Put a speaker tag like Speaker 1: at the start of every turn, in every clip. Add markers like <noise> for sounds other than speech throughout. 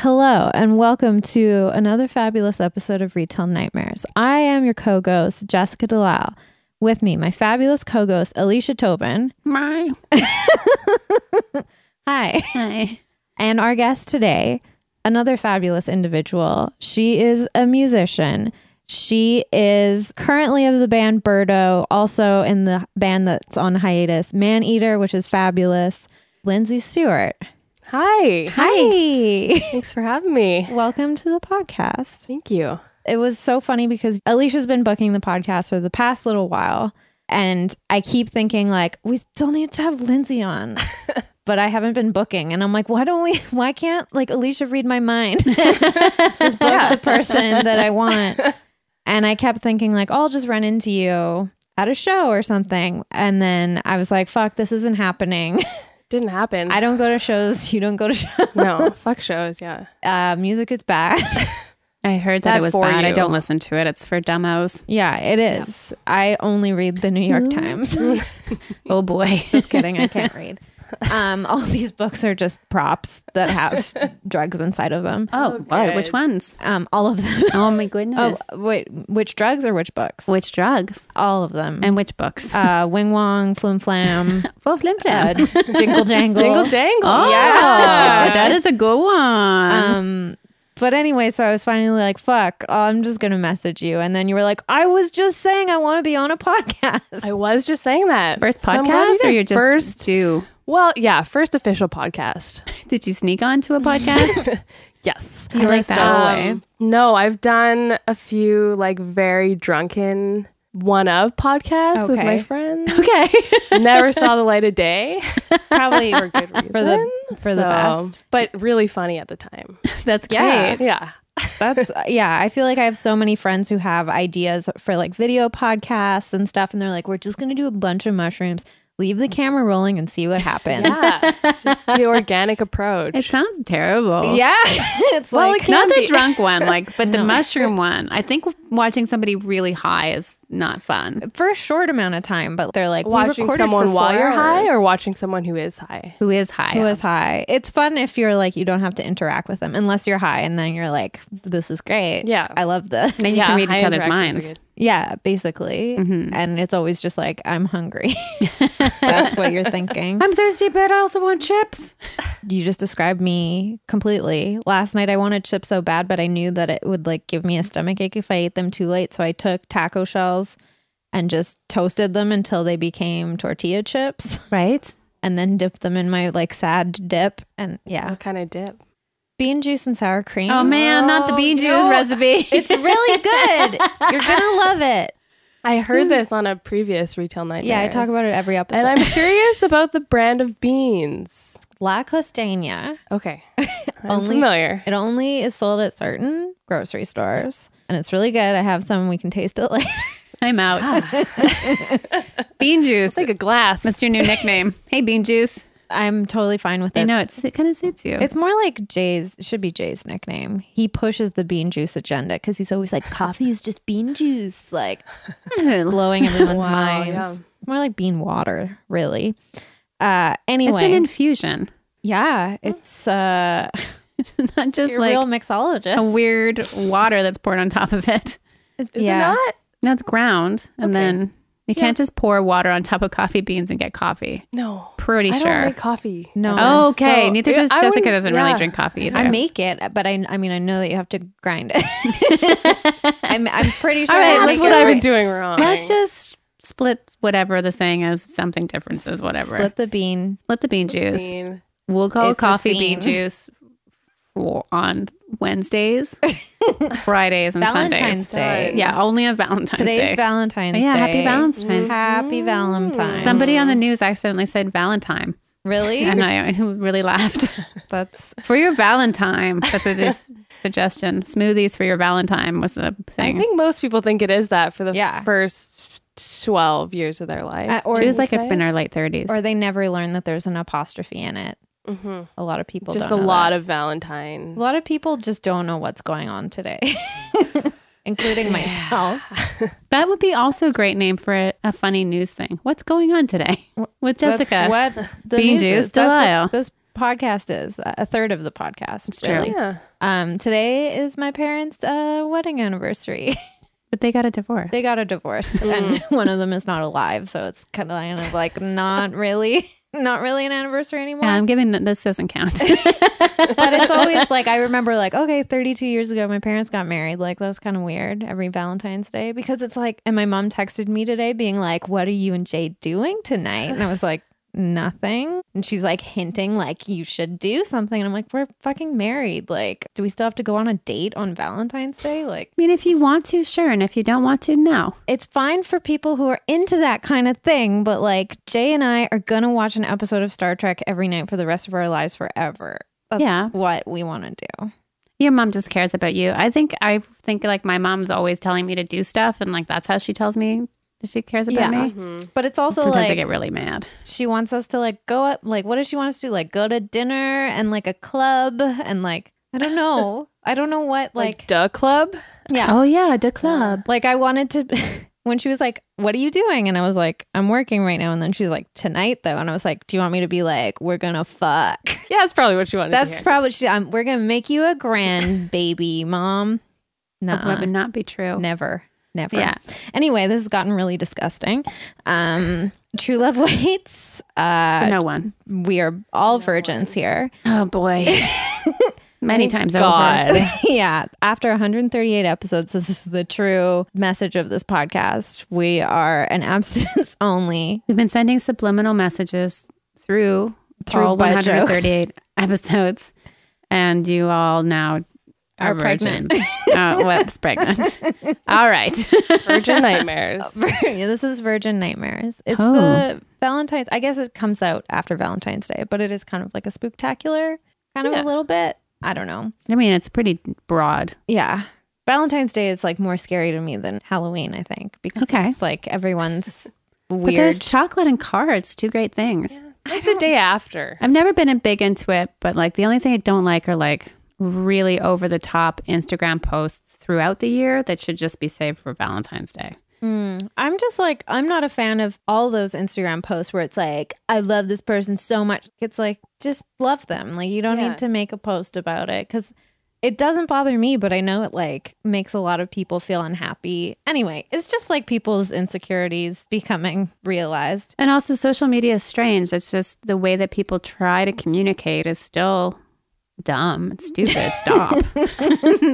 Speaker 1: Hello, and welcome to another fabulous episode of Retail Nightmares. I am your co ghost, Jessica Delisle. With me, my fabulous co ghost, Alicia Tobin.
Speaker 2: My,
Speaker 1: Hi. <laughs>
Speaker 2: my.
Speaker 1: And our guest today, another fabulous individual. She is a musician. She is currently of the band Birdo, also in the band that's on hiatus, Man Eater, which is fabulous. Lindsay Stewart.
Speaker 3: Hi.
Speaker 1: <laughs> Hi.
Speaker 3: Thanks for having me.
Speaker 1: Welcome to the podcast.
Speaker 3: Thank you.
Speaker 1: It was so funny because Alicia's been booking the podcast for the past little while. And I keep thinking, like, we still need to have Lindsay on, but I haven't been booking. And I'm like, why don't we, <laughs> why can't like Alicia read my mind? <laughs> just book the person that I want. And I kept thinking, like, oh, I'll just run into you at a show or something. And then I was like, fuck, this isn't happening.
Speaker 3: Didn't happen.
Speaker 1: I don't go to shows. You don't go to shows. <laughs>
Speaker 3: no. <laughs> Fuck shows. Yeah.
Speaker 1: Uh, music is bad. <laughs>
Speaker 2: I heard that,
Speaker 3: That
Speaker 2: it was
Speaker 3: for
Speaker 2: bad. I
Speaker 3: you.
Speaker 2: don't listen to it. It's for demos.
Speaker 1: yeah, it is. I only read the New York Times.
Speaker 2: Oh boy. <laughs>
Speaker 1: Just kidding. I can't read. Um, all these books are just props that have drugs inside of them.
Speaker 2: oh, what?
Speaker 1: <laughs>
Speaker 2: Which ones?
Speaker 1: Um, all of them.
Speaker 2: Oh my goodness.
Speaker 1: Oh, wait, which drugs or which books?
Speaker 2: Which drugs
Speaker 1: All of them.
Speaker 2: and which books?
Speaker 1: uh, Wing Wong, Flim Flam,
Speaker 2: For Flim
Speaker 1: uh,
Speaker 2: Flam.
Speaker 1: Jingle Jangle.
Speaker 3: Jingle
Speaker 2: <laughs>
Speaker 3: jangle.
Speaker 2: Oh,
Speaker 3: yeah.
Speaker 2: that is a good one.
Speaker 1: Um, but anyway, so I was finally like, fuck, oh, I'm just going to message you. And then you were like, I was just saying I want to be on a <laughs> podcast.
Speaker 3: I was just saying that.
Speaker 2: first
Speaker 3: So I'm glad you
Speaker 2: podcast, or
Speaker 3: did.
Speaker 2: you're just
Speaker 3: first.
Speaker 2: do?
Speaker 3: Well, yeah. First official podcast.
Speaker 2: Did you sneak onto a podcast?
Speaker 3: Yes.
Speaker 2: I like that.
Speaker 3: Um, no, I've done a few like very drunken one of podcasts with my
Speaker 1: Okay.
Speaker 3: friends.
Speaker 2: <laughs> Okay.
Speaker 3: Never saw the light of
Speaker 2: <laughs>
Speaker 3: day
Speaker 1: Probably
Speaker 3: for good reason.
Speaker 1: for the, for the
Speaker 3: So-
Speaker 1: best.
Speaker 3: but really funny at the time.
Speaker 2: <laughs> That's great.
Speaker 1: Yeah.
Speaker 3: Yeah.
Speaker 1: That's <laughs> yeah. I feel like I have so many friends who have ideas for like video podcasts and stuff, and they're like, "We're just gonna do a bunch of mushrooms, leave the camera rolling, and see what happens."
Speaker 3: Yeah. It's just the organic approach.
Speaker 2: It sounds
Speaker 1: <laughs>
Speaker 2: terrible.
Speaker 1: Yeah. <laughs> it's
Speaker 3: Well,
Speaker 1: like
Speaker 3: it
Speaker 2: Not
Speaker 3: Can
Speaker 2: the
Speaker 3: be.
Speaker 2: drunk one, like, but the mushroom one. I think watching somebody really high is not fun.
Speaker 1: for a short amount of time, but they're like we
Speaker 3: watching
Speaker 1: recorded
Speaker 3: someone
Speaker 1: for
Speaker 3: while
Speaker 1: four
Speaker 3: you're high
Speaker 1: hours.
Speaker 3: or watching someone who is high?
Speaker 2: Who is high?
Speaker 1: who is high. It's fun if you're like you don't have to interact with them unless you're high, and then you're like, "This is great.
Speaker 3: Yeah.
Speaker 1: I love this."
Speaker 2: Then you can read each
Speaker 3: high
Speaker 2: other's
Speaker 3: interactions
Speaker 2: minds.
Speaker 3: are good.
Speaker 1: <laughs> Yeah, basically.
Speaker 3: Mm-hmm.
Speaker 1: And it's always just like, I'm
Speaker 3: <laughs>
Speaker 1: hungry. That's what you're thinking.
Speaker 2: I'm thirsty, but I also want chips.
Speaker 1: you just described me completely. Last night I wanted chips so bad, but I knew that it would like give me a stomach ache if I ate them too late. So I took taco shells and just toasted them until they became tortilla chips
Speaker 2: Right?
Speaker 1: and then dipped them in my like sad dip. And yeah,
Speaker 3: What kind of dip?
Speaker 1: bean juice and sour cream.
Speaker 2: Oh man, not the bean juice recipe.
Speaker 1: It's really good. You're going to love it.
Speaker 3: I heard this on a previous retail night.
Speaker 1: Hmm. Yeah, I talk about it every episode.
Speaker 3: And I'm curious about the brand of beans.
Speaker 1: La Costania.
Speaker 3: Okay, I'm
Speaker 1: <laughs> Only-
Speaker 3: familiar.
Speaker 1: It only is sold at certain grocery stores and it's really good. I have some. We can taste it <laughs> later.
Speaker 2: I'm out. <laughs> bean juice.
Speaker 3: It's like a glass.
Speaker 2: That's your new nickname. Hey, bean juice.
Speaker 1: I'm totally fine with
Speaker 2: I
Speaker 1: it.
Speaker 2: know it's, it kind of suits you.
Speaker 1: It's more like Jay's it should be Jay's nickname. He pushes the bean juice agenda because he's always like, "Coffee is just bean juice," like
Speaker 2: It's
Speaker 1: blowing everyone's
Speaker 3: Wow,
Speaker 1: minds.
Speaker 3: yeah.
Speaker 1: It's more like bean water, really. Uh, anyway,
Speaker 2: an infusion. <laughs>
Speaker 1: yeah, it's uh, <laughs>
Speaker 2: It's not just
Speaker 1: your
Speaker 2: like
Speaker 1: real mixologist.
Speaker 2: a weird water that's poured on top of it.
Speaker 3: Is it not?
Speaker 2: No, it's ground, and
Speaker 3: Okay.
Speaker 2: then you can't just pour water on top of coffee beans and get coffee.
Speaker 3: No,
Speaker 2: Pretty
Speaker 3: I
Speaker 2: sure.
Speaker 3: don't make coffee.
Speaker 1: No.
Speaker 2: Oh. Okay,
Speaker 3: So,
Speaker 2: neither
Speaker 3: yeah,
Speaker 2: does
Speaker 3: I wouldn't-
Speaker 2: Jessica. Doesn't really
Speaker 3: yeah.
Speaker 2: drink coffee either.
Speaker 1: I make it, but I, I mean, I know that you have to grind it. I'm, I'm pretty sure.
Speaker 2: All right,
Speaker 1: I
Speaker 2: let's
Speaker 3: That's
Speaker 1: make
Speaker 3: what
Speaker 1: it
Speaker 3: I've been
Speaker 1: right.
Speaker 3: doing wrong.
Speaker 2: Let's just split whatever the saying is. Something difference is whatever.
Speaker 1: Split the bean.
Speaker 2: Let the bean juice.
Speaker 3: Bean.
Speaker 2: We'll
Speaker 1: It's
Speaker 2: call
Speaker 1: a
Speaker 2: coffee bean
Speaker 1: scene.
Speaker 2: juice for- on Wednesdays,
Speaker 1: <laughs>
Speaker 2: Fridays, and
Speaker 1: Valentine's
Speaker 2: Sundays.
Speaker 1: Day.
Speaker 3: Done.
Speaker 2: Yeah, only on Valentine's
Speaker 1: Today's
Speaker 2: Day.
Speaker 1: Valentine's
Speaker 2: yeah,
Speaker 1: Day.
Speaker 2: happy Valentine's.
Speaker 1: Happy Valentine's.
Speaker 2: Somebody on the news accidentally said Valentine,
Speaker 1: really?
Speaker 2: and I really laughed. <laughs>
Speaker 1: That's
Speaker 2: for your Valentine, that's
Speaker 1: <laughs>
Speaker 2: what his suggestion. Smoothies for your Valentine was the
Speaker 3: I
Speaker 2: thing.
Speaker 3: think most people think it is that for the
Speaker 1: Yeah.
Speaker 3: first twelve years of their life.
Speaker 1: uh, or
Speaker 2: she was
Speaker 1: you
Speaker 2: like
Speaker 1: say?
Speaker 2: up in her late thirties.
Speaker 1: or they never learn that there's an apostrophe in it.
Speaker 3: Mhm.
Speaker 1: A lot of people
Speaker 3: Just a
Speaker 1: don't know
Speaker 3: lot
Speaker 1: that.
Speaker 3: of Valentine.
Speaker 1: a lot of people just don't know what's going on today, <laughs> including myself.
Speaker 2: That would be also a great name for a, a funny news thing. What's going on today with Jessica?
Speaker 1: That's what the
Speaker 2: Bean
Speaker 1: news
Speaker 2: juice,
Speaker 1: is. That's
Speaker 2: Delisle.
Speaker 1: what this podcast is uh, a third of the podcast. It's
Speaker 2: true.
Speaker 3: Yeah.
Speaker 1: Um, today is my parents' uh, wedding anniversary. <laughs>
Speaker 2: But they got a divorce.
Speaker 1: they got a divorce,
Speaker 2: Hmm.
Speaker 1: and <laughs> one of them is not alive, so it's kind of like not really, <laughs> not really an anniversary anymore.
Speaker 2: yeah, I'm giving that this
Speaker 1: <laughs>
Speaker 2: doesn't count.
Speaker 1: but it's
Speaker 2: <laughs>
Speaker 1: always like I remember, like okay, 32 years ago, my parents got married. Like that's kind of weird. Every Valentine's Day, because it's like, and my mom texted me today, being like, "What are you and Jay doing tonight?" And I was like. Nothing. And she's like hinting, like, you should do something. And I'm like, we're fucking married. Like, do we still have to go on a date on Valentine's Day? Like,
Speaker 2: I mean, if you want to, sure, and if you don't want to, no.
Speaker 1: it's fine for people who are into that kind of thing, but like Jay and I are gonna watch an episode of Star Trek every night for the rest of our lives forever. That's
Speaker 2: Yeah.
Speaker 1: what we want to do.
Speaker 2: Your mom just cares about you. I think I think like my mom's always telling me to do stuff, and like that's how she tells me that she cares about
Speaker 1: Yeah.
Speaker 2: me.
Speaker 1: But it's also
Speaker 2: Sometimes I
Speaker 1: like
Speaker 2: get really mad.
Speaker 1: she wants us to like go up. Like, what does she want us to do? Like, go to dinner and like a club and like I don't know. I don't know what
Speaker 3: Like,
Speaker 1: like
Speaker 3: duh club.
Speaker 1: yeah.
Speaker 2: Oh yeah, the club.
Speaker 1: Like I wanted to <laughs> when she was like, "What are you doing?" and I was like, "I'm working right now." And then she's like, "Tonight though." And I was like, "Do you want me to be like, we're gonna fuck?"
Speaker 3: Yeah, that's probably what you wanted.
Speaker 1: That's
Speaker 3: to hear.
Speaker 1: probably she, um, we're gonna make you a grand baby, mom.
Speaker 2: That would
Speaker 1: No,
Speaker 2: not be true.
Speaker 1: never, never.
Speaker 2: Yeah.
Speaker 1: Anyway, this has gotten really disgusting. Um, true love <laughs> waits. Uh,
Speaker 2: no one.
Speaker 1: We are all virgins here.
Speaker 2: Oh boy. <laughs> Many times over.
Speaker 3: God.
Speaker 1: <laughs> yeah. After 138 episodes, this is the true message of this podcast. We are an abstinence <laughs> only.
Speaker 2: We've been sending subliminal messages through,
Speaker 1: Through
Speaker 2: all
Speaker 1: butt jokes.
Speaker 2: 138 <laughs> episodes, and you all now are,
Speaker 1: Are pregnant.
Speaker 2: virgins. oh, whoops, pregnant. All right. <laughs>
Speaker 3: Virgin nightmares.
Speaker 1: <laughs> Uh, this is Virgin Nightmares. It's
Speaker 2: Oh.
Speaker 1: the Valentine's. I guess it comes out after Valentine's Day, but it is kind of like a spooktacular, kind of
Speaker 3: Yeah.
Speaker 1: a little bit. I don't know.
Speaker 2: I mean, it's pretty broad.
Speaker 1: Yeah. Valentine's Day is like more scary to me than Halloween, I think, because
Speaker 2: Okay.
Speaker 1: it's like everyone's
Speaker 2: <laughs> But there's
Speaker 1: weird.
Speaker 2: chocolate and cards, two great things.
Speaker 3: Like the day after.
Speaker 2: I've never been a big into it, but like the only thing I don't like are like really over the top Instagram posts throughout the year that should just be saved for Valentine's Day.
Speaker 1: Mm. I'm just like, I'm not a fan of all those Instagram posts where it's like, I love this person so much. It's like, just love them. Like, you don't
Speaker 3: Yeah.
Speaker 1: need to make a post about it because it doesn't bother me, but I know it like makes a lot of people feel unhappy. Anyway, it's just like people's insecurities becoming
Speaker 2: <laughs>
Speaker 1: realized.
Speaker 2: And also, social media is strange. It's just the way that people try to communicate is still dumb. It's stupid. Stop.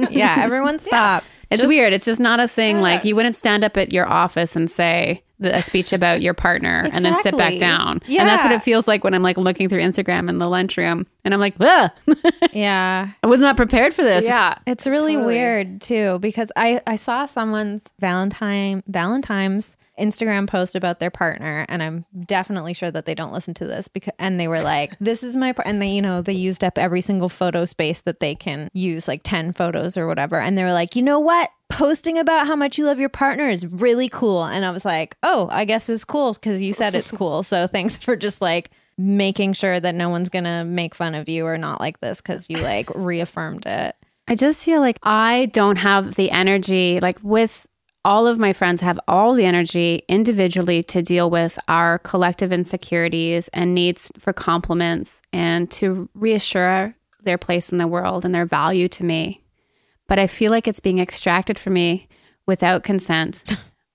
Speaker 1: yeah, everyone stop.
Speaker 2: It's weird. It's just not a thing. Like you wouldn't stand up at your office and say the, a speech about your partner and then sit back
Speaker 1: Exactly.
Speaker 2: down. And that's what
Speaker 1: Yeah.
Speaker 2: it feels like when I'm like looking through Instagram in the lunchroom and I'm like, Ugh, <laughs>
Speaker 1: yeah.
Speaker 2: I was not prepared for this.
Speaker 3: yeah.
Speaker 1: It's really
Speaker 3: Totally.
Speaker 1: weird too because I I saw someone's Valentine Valentine's Instagram post about their partner and I'm definitely sure that they don't listen to this because and they were like this is my par-, and they you know they used up every single photo space that they can use like 10 photos or whatever and they were like you know what posting about how much you love your partner is really cool and I was like oh I guess it's cool cuz you said it's cool so thanks for just like making sure that no one's going to make fun of you or not like this cuz you like reaffirmed it
Speaker 2: I just feel like I don't have the energy, like with all of my friends have all the energy individually to deal with our collective insecurities and needs for compliments and to reassure their place in the world and their value to me. But I feel like it's being extracted from me without consent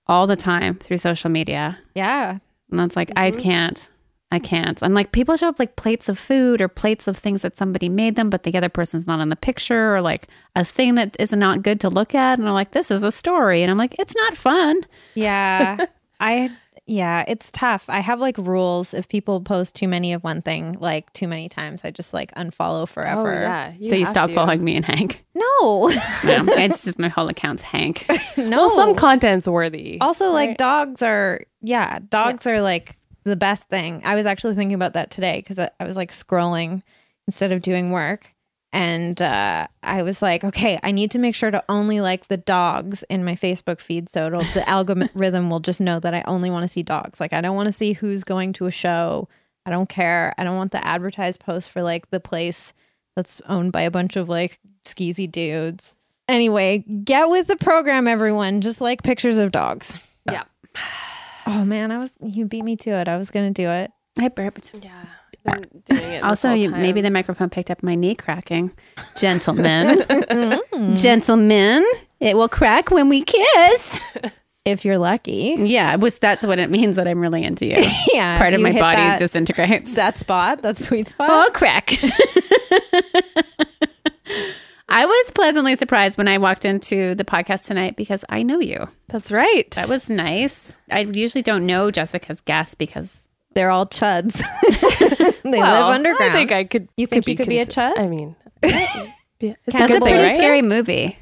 Speaker 2: all the time through social media.
Speaker 1: Yeah.
Speaker 2: And that's like, I can't. I can't. And like people show up like plates of food or plates of things that somebody made them, but the other person's not in the picture or like a thing that is not good to look at. And they're like, this is a story. And I'm like, it's not fun.
Speaker 3: <laughs>
Speaker 1: Yeah. I yeah, it's tough. I have like rules if people post too many of one thing like too many times, I just like unfollow
Speaker 3: Oh,
Speaker 1: forever.
Speaker 3: yeah.
Speaker 2: so you
Speaker 3: have
Speaker 2: stop
Speaker 3: to.
Speaker 2: following me and Hank.
Speaker 1: No. <laughs>
Speaker 2: No, it's just my whole account's Hank.
Speaker 1: no.
Speaker 3: Well, some content's worthy.
Speaker 1: also like dogs are yeah, dogs are like the best thing. I was actually thinking about that today cuz I, I was like scrolling instead of doing work and uh, I was like, okay, I need to make sure to only like the dogs in my Facebook feed so it'll, the algorithm will just know that I only want to see dogs. Like I don't want to see who's going to a show. I don't care. I don't want the advertised post for like the place that's owned by a bunch of like skeezy dudes. Anyway, get with the program, everyone. Just like pictures of dogs.
Speaker 3: Yeah.
Speaker 1: Oh man, I was you beat me to it. I was gonna do it.
Speaker 2: I burped.
Speaker 3: Yeah. than doing it.
Speaker 2: Also, you, maybe the microphone picked up my knee cracking. Gentlemen, gentlemen, it will crack when we kiss.
Speaker 1: if you're lucky.
Speaker 2: Yeah, which that's what it means that I'm really into you.
Speaker 1: Yeah. if
Speaker 2: Part of
Speaker 1: you
Speaker 2: my
Speaker 1: hit
Speaker 2: body
Speaker 1: that,
Speaker 2: disintegrates.
Speaker 1: that spot, that sweet spot.
Speaker 2: Oh, crack. <laughs> I was pleasantly surprised when I walked into the podcast tonight because I know you.
Speaker 3: That's right.
Speaker 2: That was nice. I usually don't know Jessica's guests because
Speaker 1: They're all chuds. <laughs> they
Speaker 3: Well,
Speaker 1: live underground.
Speaker 3: I think I could.
Speaker 1: You think you could be a chud? <laughs>
Speaker 3: I mean, yeah, it's
Speaker 1: That's
Speaker 2: that's
Speaker 1: a
Speaker 2: a
Speaker 1: Good
Speaker 2: pretty
Speaker 1: thing, right?
Speaker 2: scary movie.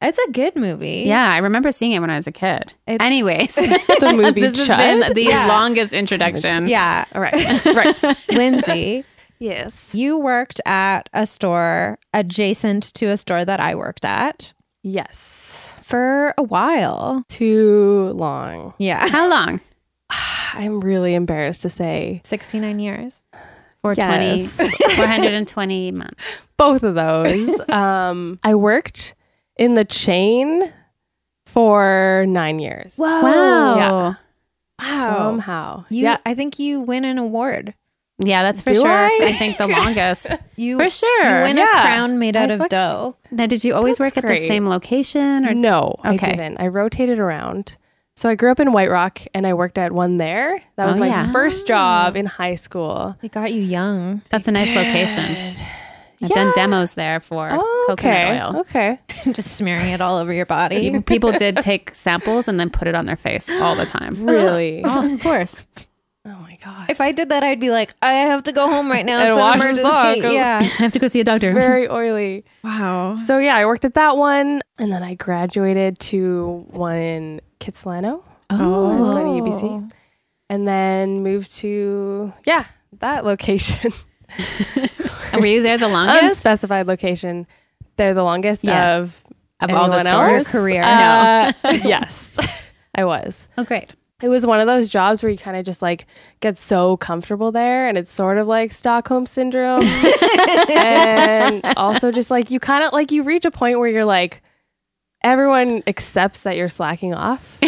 Speaker 1: it's a good movie.
Speaker 2: Yeah, I remember seeing it when I was a kid.
Speaker 1: It's-
Speaker 3: <laughs>
Speaker 2: Anyways,
Speaker 1: <laughs>
Speaker 3: the movie
Speaker 2: this has been
Speaker 3: chud.
Speaker 2: the longest introduction.
Speaker 1: Yeah.
Speaker 2: <laughs>
Speaker 3: All right, right.
Speaker 1: <laughs> Lindsay,
Speaker 3: yes,
Speaker 1: you worked at a store adjacent to a store that I worked at
Speaker 3: yes.
Speaker 1: for a while.
Speaker 3: Too long.
Speaker 1: Yeah.
Speaker 2: How long?
Speaker 3: I'm really embarrassed to say
Speaker 1: 69 years.
Speaker 2: 420,
Speaker 3: Yes. <laughs>
Speaker 2: 420 months.
Speaker 3: both of
Speaker 2: <laughs>
Speaker 3: those. um, I worked in the chain for nine years.
Speaker 1: Whoa.
Speaker 2: Wow.
Speaker 3: Yeah.
Speaker 2: Yeah,
Speaker 3: Somehow,
Speaker 1: You,
Speaker 3: yeah.
Speaker 1: I think you win an award.
Speaker 2: that's for
Speaker 3: Do
Speaker 2: sure.
Speaker 3: I?
Speaker 2: I? think the
Speaker 3: <laughs>
Speaker 2: longest.
Speaker 1: You,
Speaker 2: for
Speaker 1: you
Speaker 2: sure.
Speaker 1: win a
Speaker 3: Yeah.
Speaker 1: crown made out
Speaker 3: I
Speaker 1: of
Speaker 3: fuck-
Speaker 1: dough.
Speaker 2: now, did you always
Speaker 3: That's
Speaker 2: work at
Speaker 3: great.
Speaker 2: the same location? Or
Speaker 3: No, I
Speaker 2: Okay.
Speaker 3: didn't. I rotated around. So I grew up in White Rock and I worked at one there. That was
Speaker 2: Oh,
Speaker 3: my
Speaker 2: yeah. Ah.
Speaker 3: first job in high school.
Speaker 1: They got you young. <laughs>
Speaker 2: that's a nice location. I've done demos there for
Speaker 3: Oh, Okay.
Speaker 2: coconut oil. <laughs>
Speaker 3: Okay.
Speaker 1: Just smearing it all over your <laughs> body.
Speaker 2: Even People did take samples and then put it on their face all the
Speaker 3: <laughs>
Speaker 2: time. <laughs>
Speaker 3: Really? oh
Speaker 2: of course.
Speaker 3: my god.
Speaker 1: if I did that, I'd be like, I have to go home right <laughs> now.
Speaker 3: And
Speaker 1: It's
Speaker 3: wash
Speaker 1: an
Speaker 3: and sock.
Speaker 1: emergency.
Speaker 2: I
Speaker 1: <laughs> Yeah.
Speaker 2: have to go see a doctor.
Speaker 3: Very oily.
Speaker 1: Wow.
Speaker 3: So yeah, I worked at that one and then I graduated to one in Kitsilano.
Speaker 2: Oh,
Speaker 3: I was
Speaker 1: Oh.
Speaker 3: going to UBC. And then moved to yeah, that location. <laughs>
Speaker 2: And were you there the longest?
Speaker 3: Unspecified location. They're the longest
Speaker 1: <laughs>
Speaker 2: Yeah.
Speaker 3: of
Speaker 2: Of all the
Speaker 3: anyone
Speaker 2: stores?
Speaker 3: else.
Speaker 1: Your career.
Speaker 3: Uh, yes, <laughs> I was.
Speaker 2: Oh, great.
Speaker 3: It was one of those jobs where you kind of just like get so comfortable there, and it's sort of like
Speaker 1: <laughs>
Speaker 3: Stockholm syndrome, and also just like you kind of like you reach a point where you're like everyone accepts that you're slacking
Speaker 1: <laughs>
Speaker 3: off,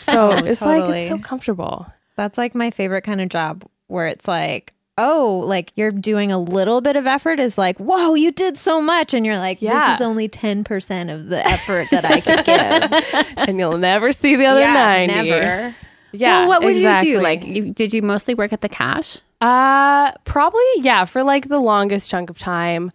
Speaker 3: so it's like
Speaker 1: Oh, totally.
Speaker 3: it's so comfortable.
Speaker 1: <laughs> That's like my favorite kind of job where it's like, oh, like you're doing a little bit of effort is like, whoa, you did so much. And you're like,
Speaker 3: Yeah.
Speaker 1: this is only 10% of <laughs> the effort that I could give.
Speaker 3: and you'll never see the other
Speaker 1: yeah,
Speaker 3: nine.
Speaker 1: never.
Speaker 3: Yeah.
Speaker 2: well, what would
Speaker 3: exactly.
Speaker 2: you do? Like, you, did you mostly work at the cash?
Speaker 3: Uh, probably yeah. For like the longest chunk of time,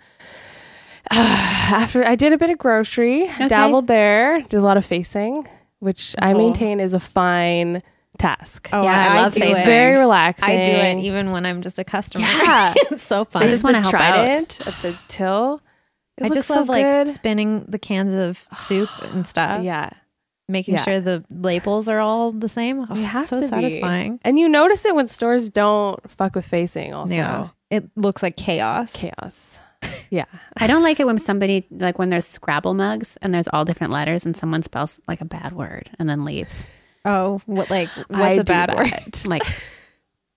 Speaker 3: <sighs> after I did a bit of grocery, dabbled there, did a lot of facing, which I maintain is a fine task.
Speaker 1: Oh,
Speaker 2: Yeah, I love
Speaker 1: do
Speaker 2: facing.
Speaker 3: it's
Speaker 1: it.
Speaker 3: very relaxing.
Speaker 1: I do it even when I'm just a customer.
Speaker 3: Yeah.
Speaker 1: <laughs> it's so
Speaker 2: I
Speaker 1: fun.
Speaker 2: just wanna help out.
Speaker 3: Trident at the till. It
Speaker 1: I
Speaker 3: looks
Speaker 1: just
Speaker 3: so
Speaker 1: love like
Speaker 3: good.
Speaker 1: spinning the cans
Speaker 3: <sighs>
Speaker 1: of soup and stuff,
Speaker 3: yeah.
Speaker 1: making
Speaker 3: Yeah.
Speaker 1: sure the labels are all the same. Oh, <sighs>
Speaker 3: They have
Speaker 1: so
Speaker 3: to be.
Speaker 1: satisfying.
Speaker 3: And you notice it when stores don't fuck with facing. Also,
Speaker 1: Yeah, it looks like chaos.
Speaker 3: chaos. <laughs> Yeah.
Speaker 2: I don't like it when somebody like when there's Scrabble mugs and there's all different letters and someone spells like a bad word and then leaves.
Speaker 1: Oh, what like
Speaker 3: I
Speaker 1: what's a
Speaker 3: do
Speaker 1: bad
Speaker 3: that.
Speaker 1: word?
Speaker 2: Like,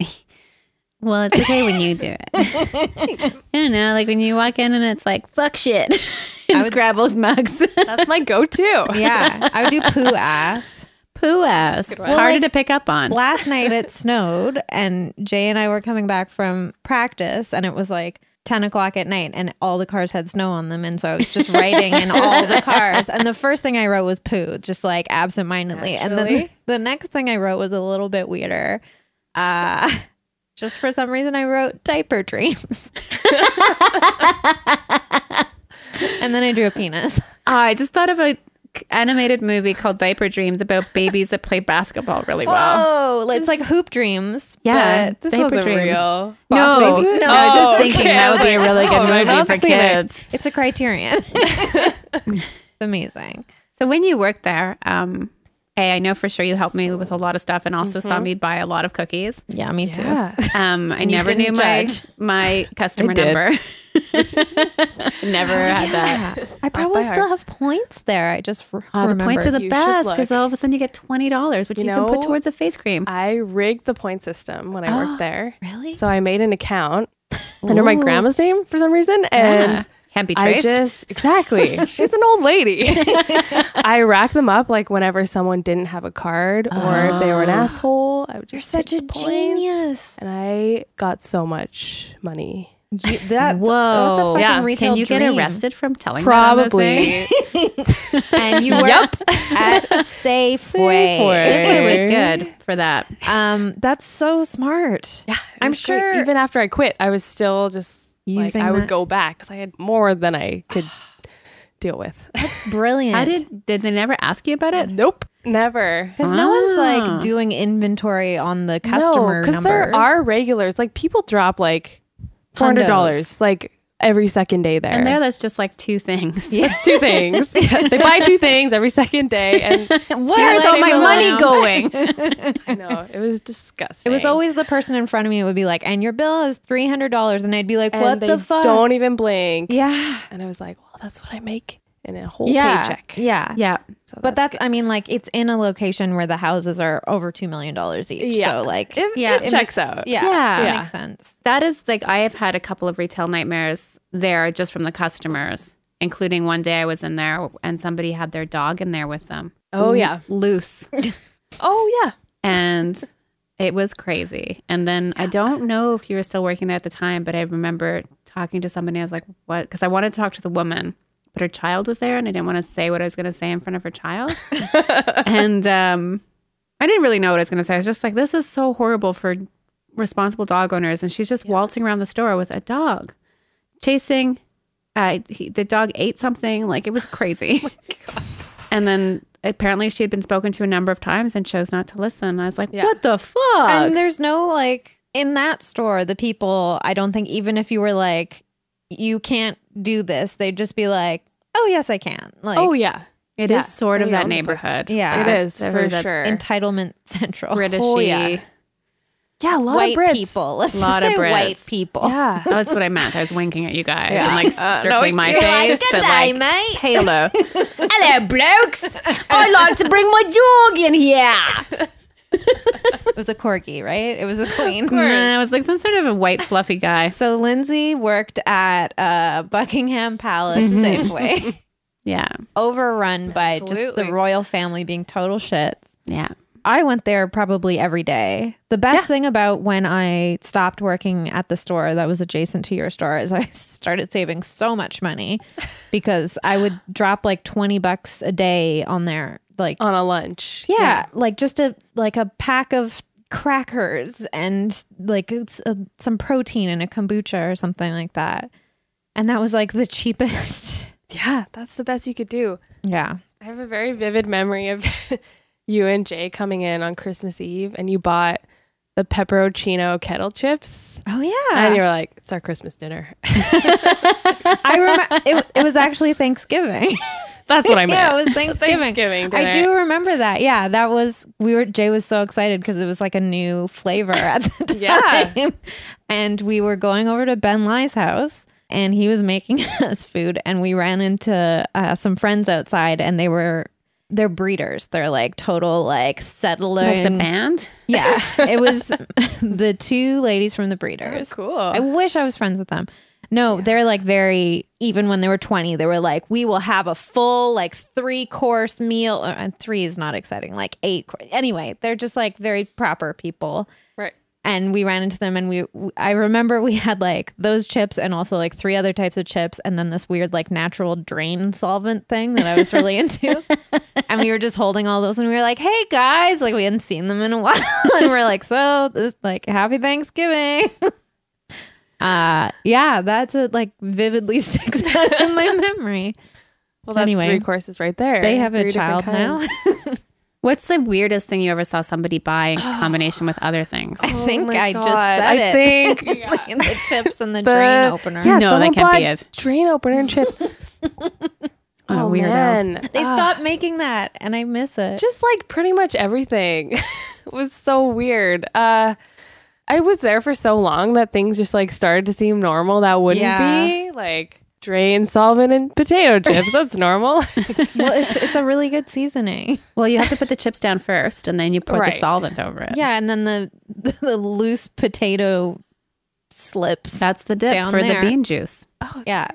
Speaker 2: <laughs> well, it's okay when you do it. <laughs> I don't know, like when you walk in and it's like fuck shit <laughs> in
Speaker 1: would-
Speaker 2: Scrabble mugs, <laughs>
Speaker 3: That's my <laughs> go-to.
Speaker 1: Yeah, I would do poo ass.
Speaker 2: poo ass, harder
Speaker 1: like-
Speaker 2: to pick up on.
Speaker 1: last night it snowed and jay and i were coming back from practice and it was like 10 o'clock at night and all the cars had snow on them and so i was just writing in all the cars and the first thing i wrote was poo just like absentmindedly and then
Speaker 3: Naturally.
Speaker 1: the next thing i wrote was a little bit weirder uh just for some reason i wrote diaper dreams <laughs> and then i drew a penis
Speaker 2: Oh, I just thought of a k- animated movie called Diaper Dreams about babies that play basketball really well.
Speaker 1: oh it's like hoop dreams
Speaker 2: Yeah,
Speaker 1: but
Speaker 3: This
Speaker 2: Diaper
Speaker 3: wasn't
Speaker 2: Dreams.
Speaker 3: real.
Speaker 2: No, no,
Speaker 1: Boss Baby? No.
Speaker 2: just
Speaker 1: Oh,
Speaker 2: thinking
Speaker 1: okay.
Speaker 2: that would be a really
Speaker 3: Oh,
Speaker 2: good
Speaker 3: I've
Speaker 2: movie
Speaker 3: not
Speaker 2: for
Speaker 3: seen it.
Speaker 2: kids.
Speaker 1: It's a criterion. <laughs> it's amazing.
Speaker 2: So when you worked there, um, hey, I know for sure you helped me with a lot of stuff, and also saw me buy a lot of cookies.
Speaker 1: Yeah, me too.
Speaker 3: Yeah.
Speaker 2: Um, I
Speaker 1: And you
Speaker 2: never knew
Speaker 1: didn't
Speaker 2: my
Speaker 1: judge.
Speaker 2: my customer
Speaker 3: I did.
Speaker 2: number. Oh, never had that.
Speaker 1: I probably
Speaker 3: by
Speaker 1: still
Speaker 3: heart.
Speaker 1: have points there. I just r-
Speaker 2: Oh, the
Speaker 1: remember.
Speaker 2: points are the
Speaker 3: You should
Speaker 2: best because
Speaker 3: look.
Speaker 2: all of a sudden you get twenty dollars, which you,
Speaker 3: You
Speaker 2: can
Speaker 3: know,
Speaker 2: put towards a face cream.
Speaker 3: I rigged the point system when I worked there.
Speaker 2: really?
Speaker 3: So I made an account under my
Speaker 2: Ooh.
Speaker 3: grandma's name for some reason. And
Speaker 2: Yeah. Can't be
Speaker 3: I
Speaker 2: traced.
Speaker 3: just exactly. She's an old lady. I rack them up like whenever someone didn't have a card or if they were an asshole. I would just
Speaker 1: Such
Speaker 3: take
Speaker 1: a
Speaker 3: the points.
Speaker 1: genius.
Speaker 3: And I got so much money.
Speaker 1: You, that,
Speaker 2: Whoa.
Speaker 1: That's a fucking
Speaker 3: Yeah. Can
Speaker 1: retail
Speaker 2: Can you
Speaker 1: dream.
Speaker 2: get arrested from telling That on the thing?
Speaker 3: Probably.
Speaker 1: <laughs> And you worked <laughs> at Safeway.
Speaker 3: Safeway.
Speaker 2: <laughs> It was good for that.
Speaker 1: <laughs> Um, that's so smart. Yeah,
Speaker 3: It
Speaker 1: I'm
Speaker 3: was great.
Speaker 1: sure.
Speaker 3: Even after I quit, I was still just
Speaker 1: Using
Speaker 3: like I
Speaker 1: that?
Speaker 3: would go back because I had more than I <sighs> could deal with.
Speaker 1: brilliant.
Speaker 2: I did. Did they never ask you
Speaker 3: <laughs>
Speaker 2: about it?
Speaker 3: nope, never.
Speaker 1: because no one's
Speaker 2: Ah.
Speaker 1: like doing inventory on the customer
Speaker 3: because
Speaker 1: numbers.
Speaker 3: there are regulars. Like people drop like four hundred dollars like every second day there. <laughs>
Speaker 2: And there, that's just like two things.
Speaker 1: Yeah.
Speaker 3: two
Speaker 2: <laughs>
Speaker 3: things. Yeah, they buy two things every second day, and
Speaker 2: Where is all my money <laughs> going?
Speaker 3: I know it was disgusting.
Speaker 1: It was always the person in front of me would be like, "And your bill is three hundred dollars," and I'd be like,
Speaker 3: and
Speaker 1: "What
Speaker 3: they
Speaker 1: the fuck?"
Speaker 3: Don't even blink.
Speaker 1: yeah,
Speaker 3: And I was like, well, that's what I make in a whole
Speaker 1: yeah,
Speaker 3: paycheck.
Speaker 1: yeah,
Speaker 2: yeah.
Speaker 3: So
Speaker 1: But that's, I
Speaker 3: good.
Speaker 1: mean, like it's in a location where the houses are over two million dollars each.
Speaker 3: Yeah.
Speaker 1: So like,
Speaker 3: it,
Speaker 2: Yeah.
Speaker 3: yeah,
Speaker 2: it
Speaker 3: it checks
Speaker 1: makes-
Speaker 3: out.
Speaker 1: Yeah,
Speaker 2: Yeah.
Speaker 1: yeah,
Speaker 3: Yeah.
Speaker 1: makes sense.
Speaker 2: That is like I have had a couple of retail nightmares there just from the customers, including one day I was in there and somebody had their dog in there with them.
Speaker 3: Oh yeah. <laughs>
Speaker 2: Loose.
Speaker 3: Oh yeah.
Speaker 2: and it was crazy. And then I don't know if you were still working there at the time, but I remember talking to somebody. I was like, "What?" Because I wanted to talk to the woman, but her child was there, and I didn't want to say what I was going to say in front of her child. and um, I didn't really know what I was going to say. I was just like, "This is so horrible for responsible dog owners." And she's just waltzing around the store with a dog, chasing. Uh, he, the dog ate something. Like it was
Speaker 3: <laughs>
Speaker 2: crazy.
Speaker 3: Oh
Speaker 2: And then apparently she had been spoken to a number of times and chose not to listen. I was like,
Speaker 3: Yeah.
Speaker 2: what the fuck?
Speaker 1: And there's no like in that store, the people, I don't think even if you were like, you can't do this, they'd just be like, oh, yes, I can. Like,
Speaker 3: oh yeah.
Speaker 2: It is
Speaker 3: Yeah,
Speaker 2: sort of
Speaker 3: they
Speaker 2: that
Speaker 3: own the
Speaker 2: neighborhood.
Speaker 1: Yeah.
Speaker 3: It is
Speaker 2: I've heard
Speaker 3: for
Speaker 2: that
Speaker 3: sure.
Speaker 1: entitlement central.
Speaker 2: Britishy.
Speaker 3: Oh, yeah. yeah, a lot
Speaker 1: white
Speaker 3: of Brits.
Speaker 1: people. Let's
Speaker 2: Lot
Speaker 1: just
Speaker 2: of
Speaker 1: say
Speaker 2: Brits.
Speaker 1: white people.
Speaker 3: <laughs> Yeah.
Speaker 2: <laughs> That's what I meant. I was winking at you guys
Speaker 3: Yeah.
Speaker 2: and like
Speaker 3: Uh, no,
Speaker 2: circling my
Speaker 3: <laughs> you're
Speaker 1: Like,
Speaker 2: face.
Speaker 1: good
Speaker 2: but
Speaker 1: day,
Speaker 2: like,
Speaker 1: mate.
Speaker 2: hey, hello. hello,
Speaker 3: <laughs>
Speaker 2: blokes. I like to bring my dog in here.
Speaker 1: It was a corgi, right? It was a <laughs> queen.
Speaker 2: And I was like some sort of a white fluffy guy.
Speaker 1: So Lindsay worked at uh, Buckingham Palace <laughs> Safeway,
Speaker 2: Yeah.
Speaker 1: overrun by just the
Speaker 3: Absolutely.
Speaker 1: royal family being total shits.
Speaker 2: Yeah.
Speaker 1: I went there probably every day. The best thing about when I stopped working at the store that was adjacent to your store is I <laughs> started saving so much money because I would drop like 20 bucks a day <laughs> on there. Like,
Speaker 3: On a lunch.
Speaker 1: yeah, like just a, like a pack of crackers and like it's a, some protein and a kombucha or something like that. And that was like the <laughs> cheapest.
Speaker 3: Yeah. That's the best you could do.
Speaker 1: Yeah.
Speaker 3: I have a very vivid memory of <laughs> you and Jay coming in on Christmas Eve and you bought the pepperoncino kettle chips.
Speaker 1: Oh yeah.
Speaker 3: And you were like, it's our Christmas dinner. <laughs>
Speaker 1: I remember it, it was actually Thanksgiving. <laughs>
Speaker 3: That's <laughs> what I meant.
Speaker 1: Yeah, it was Thanksgiving.
Speaker 3: Thanksgiving
Speaker 1: I
Speaker 3: dinner.
Speaker 1: do remember that. Yeah, that was we were Jay was so excited because it was like a new flavor at the time.
Speaker 3: <laughs> Yeah.
Speaker 1: And we were going over to Ben Lai's house and he was making <laughs> us food and we ran into uh, some friends outside and they were they're breeders. They're like total like settler.
Speaker 2: Like the band.
Speaker 3: <laughs>
Speaker 1: yeah. It was the two ladies from the breeders.
Speaker 3: Oh, cool.
Speaker 1: I wish I was friends with them. No, they're like very even when they were 20, they were like we will have a full like three course meal Uh, and three is not exciting, like eight. cour- Anyway, they're just like very proper people.
Speaker 3: right.
Speaker 1: And we ran into them and we w- I remember we had like those chips and also like three other types of chips and then this weird like natural drain solvent thing that I was really into.
Speaker 3: <laughs>
Speaker 1: and we were just holding all those and we were like, "Hey guys, like we hadn't seen them in a <laughs> while." and we're like, "So, this like happy Thanksgiving." <laughs> Uh, yeah, that's a, like vividly <laughs> sticks out in
Speaker 3: <laughs>
Speaker 1: my memory.
Speaker 3: Well, that's
Speaker 1: Anyway,
Speaker 3: three courses right there.
Speaker 1: They have a
Speaker 3: Three
Speaker 1: child
Speaker 3: different
Speaker 1: now.
Speaker 3: kinds.
Speaker 2: What's the weirdest thing you ever saw somebody buy in combination with other things?
Speaker 1: <laughs> I think
Speaker 3: Oh my
Speaker 1: I just
Speaker 3: God.
Speaker 1: said
Speaker 3: I
Speaker 1: it.
Speaker 3: think-
Speaker 1: <laughs>
Speaker 3: <laughs>
Speaker 1: Like, the chips and the,
Speaker 3: The-
Speaker 1: drain opener.
Speaker 3: Yeah,
Speaker 2: No, that
Speaker 3: someone
Speaker 2: can't be
Speaker 3: bought
Speaker 2: it.
Speaker 3: Drain opener
Speaker 1: <laughs>
Speaker 3: and chips.
Speaker 2: Oh, weirdo.
Speaker 3: man.
Speaker 1: They
Speaker 3: Ah.
Speaker 1: stopped making that, and I miss it.
Speaker 3: <laughs> just like pretty much everything <laughs> It was so weird uh i was there for so long that things just like started to seem normal that wouldn't
Speaker 1: Yeah.
Speaker 3: be like drain solvent and potato
Speaker 1: <laughs>
Speaker 3: chips that's normal <laughs>
Speaker 1: well, it's it's a really good seasoning.
Speaker 2: Well, you have to put the chips down first, and then you pour
Speaker 3: Right.
Speaker 2: the solvent over it.
Speaker 1: Yeah, and then the <laughs> the, loose potato slips.
Speaker 2: that's the dip
Speaker 1: Down
Speaker 2: for
Speaker 1: there.
Speaker 2: the bean juice.
Speaker 1: yeah,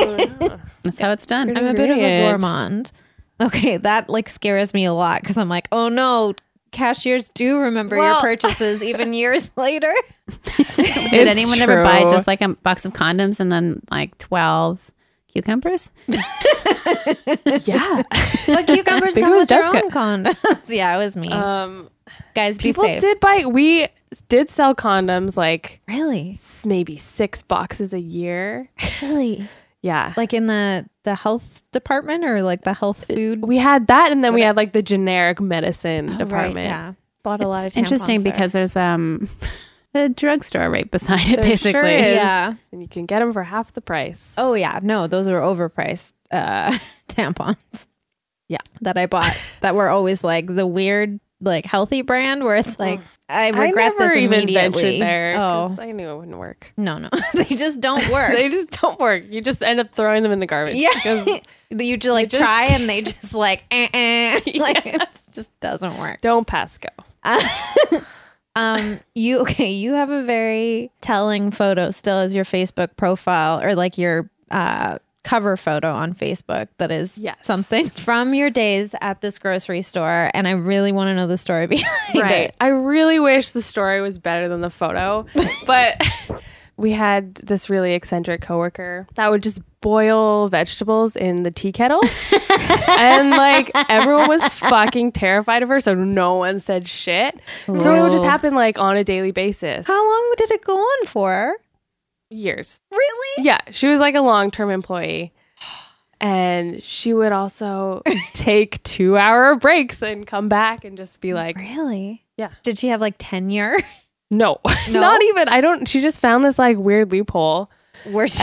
Speaker 2: That's how it's done.
Speaker 3: You're
Speaker 1: I'm a bit of a
Speaker 3: Great.
Speaker 1: gourmand. Okay, that like scares me a lot because I'm like, oh no, cashiers do remember your <laughs>
Speaker 3: Well-
Speaker 1: purchases even years <laughs> later.
Speaker 2: Did
Speaker 3: It's
Speaker 2: anyone ever buy
Speaker 3: true.
Speaker 2: just like a box of condoms and then like 12 cucumbers?
Speaker 3: yeah.
Speaker 1: But <laughs> cucumbers
Speaker 3: Think
Speaker 1: come
Speaker 3: it was
Speaker 1: with their
Speaker 3: Jessica.
Speaker 1: own condoms. <laughs> yeah, it was me.
Speaker 3: Um,
Speaker 1: Guys, be
Speaker 3: people
Speaker 1: safe.
Speaker 3: did buy. We did sell condoms like
Speaker 1: really,
Speaker 3: s- maybe six boxes a year.
Speaker 1: really,
Speaker 3: Yeah.
Speaker 1: like in the the health department or like the health food
Speaker 3: We had that, and then we had like the generic medicine department.
Speaker 1: Oh, Yeah, bought a lot of
Speaker 2: It's interesting
Speaker 1: tampons there.
Speaker 2: because there's um <laughs> a drugstore right beside it, basically.
Speaker 3: Sure is.
Speaker 1: Yeah.
Speaker 3: And you can get them for half the price.
Speaker 1: Oh yeah, no, those are overpriced uh, <laughs> tampons.
Speaker 3: Yeah.
Speaker 1: that I
Speaker 3: <laughs>
Speaker 1: bought that were always like the weird like healthy brand where it's like I regret
Speaker 3: I never
Speaker 1: this
Speaker 3: even
Speaker 1: immediately.
Speaker 3: ventured there.
Speaker 1: oh
Speaker 3: 'cause I knew it wouldn't work.
Speaker 1: no, <laughs> no, they just don't
Speaker 3: <laughs>
Speaker 1: work.
Speaker 3: They just don't work. You just end up throwing them in the garbage. <laughs>
Speaker 1: yeah,
Speaker 3: because
Speaker 1: you just like
Speaker 3: just-
Speaker 1: try and
Speaker 3: <laughs>
Speaker 1: they just like eh, eh. <laughs> like it just doesn't work.
Speaker 3: Don't pass go.
Speaker 1: Um, you <laughs> okay? You have a very telling photo still as your Facebook profile or like your uh, cover photo on Facebook that is
Speaker 3: Yes.
Speaker 1: something <laughs> from your days at this grocery store, and I really want to know the story <laughs> behind
Speaker 2: Right.
Speaker 1: it.
Speaker 3: I really wish the story was better than
Speaker 1: <laughs>
Speaker 3: the photo, but we had this really eccentric coworker that would just boil vegetables in the tea
Speaker 1: <laughs>
Speaker 3: kettle. and like everyone was fucking terrified of her, so no one said shit. So it would just
Speaker 2: Whoa.
Speaker 3: happen like on a daily basis.
Speaker 1: How long did it go on for?
Speaker 3: Years.
Speaker 1: Really?
Speaker 3: Yeah, she was like a long-term employee. And she would also take 2-hour breaks and come back and just be like,
Speaker 1: Really?
Speaker 3: Yeah.
Speaker 1: Did she have like tenure <laughs>
Speaker 3: No, <laughs>
Speaker 1: No?
Speaker 3: not even. I don't. She just found this like weird loophole.
Speaker 1: where she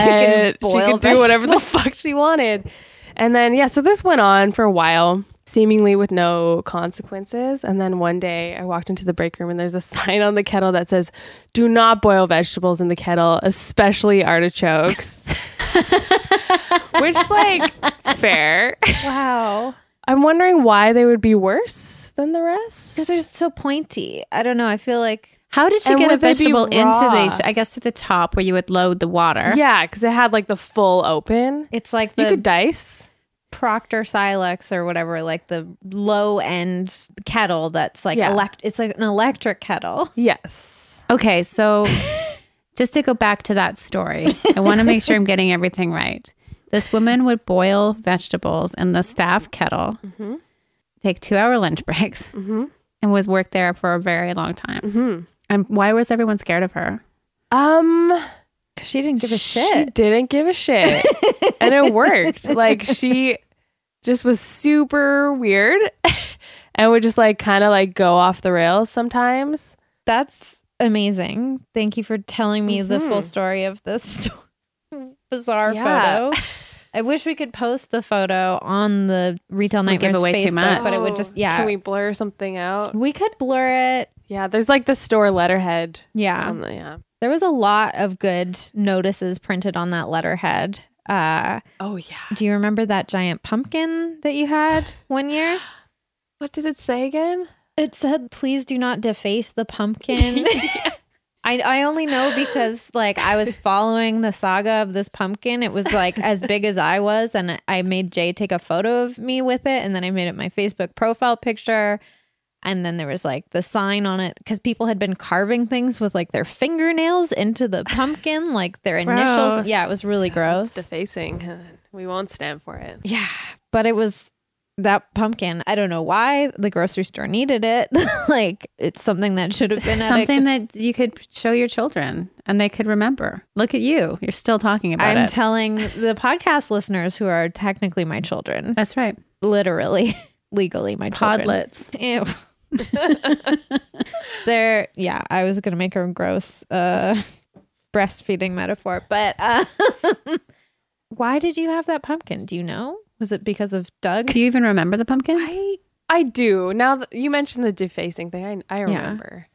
Speaker 1: can
Speaker 3: and
Speaker 1: boil?
Speaker 3: Uh, she could do <laughs>
Speaker 1: vegetables?
Speaker 3: whatever the fuck she wanted. And then yeah, so this went on for a while, seemingly with no consequences. And then one day, I walked into the break room and there's a <laughs> sign on the kettle that says, "Do not boil vegetables in the kettle, especially artichokes." <laughs> Which like fair.
Speaker 1: Wow.
Speaker 3: I'm wondering why they would be worse than the rest.
Speaker 1: Because they're so pointy. I don't know. I feel like
Speaker 2: How did she
Speaker 3: And
Speaker 2: get a
Speaker 3: would they be
Speaker 2: vegetable into
Speaker 3: raw?
Speaker 2: the, I guess, to the top where you would load the water?
Speaker 3: yeah, because it had like the full open.
Speaker 1: it's like
Speaker 3: You
Speaker 1: the
Speaker 3: could dice.
Speaker 1: Proctor Silex or whatever, like the low end kettle that's like
Speaker 3: Yeah.
Speaker 1: elect it's like an electric kettle.
Speaker 3: Yes.
Speaker 1: <laughs>
Speaker 2: Okay, so just to go back to that story, I want to make sure I'm getting everything right. This woman would boil vegetables in the staff kettle,
Speaker 1: Mm-hmm.
Speaker 2: take two hour lunch breaks, and was worked there for a very long time.
Speaker 1: Mm-hmm.
Speaker 2: And why was everyone scared of her?
Speaker 3: Um,
Speaker 1: Cause <laughs> she didn't give a
Speaker 3: She
Speaker 1: shit.
Speaker 3: didn't give a shit. and
Speaker 1: <laughs>
Speaker 3: it worked. Like she just was super weird <laughs> and would just like kind of like go off the rails sometimes.
Speaker 1: That's amazing. Thank you for telling me the full story of this <laughs> sto- bizarre
Speaker 3: Yeah.
Speaker 1: photo. <laughs> I wish we could post the photo on the Retail Nightmares
Speaker 2: give away too
Speaker 1: Facebook,
Speaker 2: much.
Speaker 1: but it would just yeah.
Speaker 3: Oh, Can
Speaker 1: we-,
Speaker 3: we blur something out?
Speaker 1: could blur it.
Speaker 3: Yeah, there's like the store letterhead.
Speaker 1: Yeah.
Speaker 3: on the- yeah.
Speaker 1: there was a lot of good notices printed on that letterhead. Uh,
Speaker 3: Oh yeah.
Speaker 1: do you remember that giant pumpkin that you had one year?
Speaker 3: What did it say again?
Speaker 1: It said, "Please do not deface the pumpkin." I I only know because like I was following the saga of this pumpkin. It was like as big as I was, and I made Jay take a photo of me with it, and then I made it my Facebook profile picture. And then there was like the sign on it because people had been carving things with like their fingernails into the pumpkin, like their initials.
Speaker 2: Gross.
Speaker 1: Yeah, it was really gross.
Speaker 3: It's defacing. <laughs> We won't stand for it.
Speaker 1: Yeah, but it was that pumpkin. I don't know why the grocery store needed it. <laughs> like it's something that should have been at a-
Speaker 2: Something that you could show your children and they could remember. Look at you. You're still talking about
Speaker 1: I'm
Speaker 2: it.
Speaker 1: telling the podcast listeners who are technically my children,
Speaker 2: That's right.
Speaker 1: literally, <laughs> legally my children.
Speaker 2: Podlets.
Speaker 1: Ew. <laughs> They're yeah. I was gonna make a gross uh, <laughs> breastfeeding metaphor, but uh, <laughs> why did you have that pumpkin? Do you know? Was it because of
Speaker 2: <laughs>
Speaker 1: Doug?
Speaker 2: Do you even remember the pumpkin?
Speaker 3: I I do. Now that you mentioned the defacing thing, I I remember.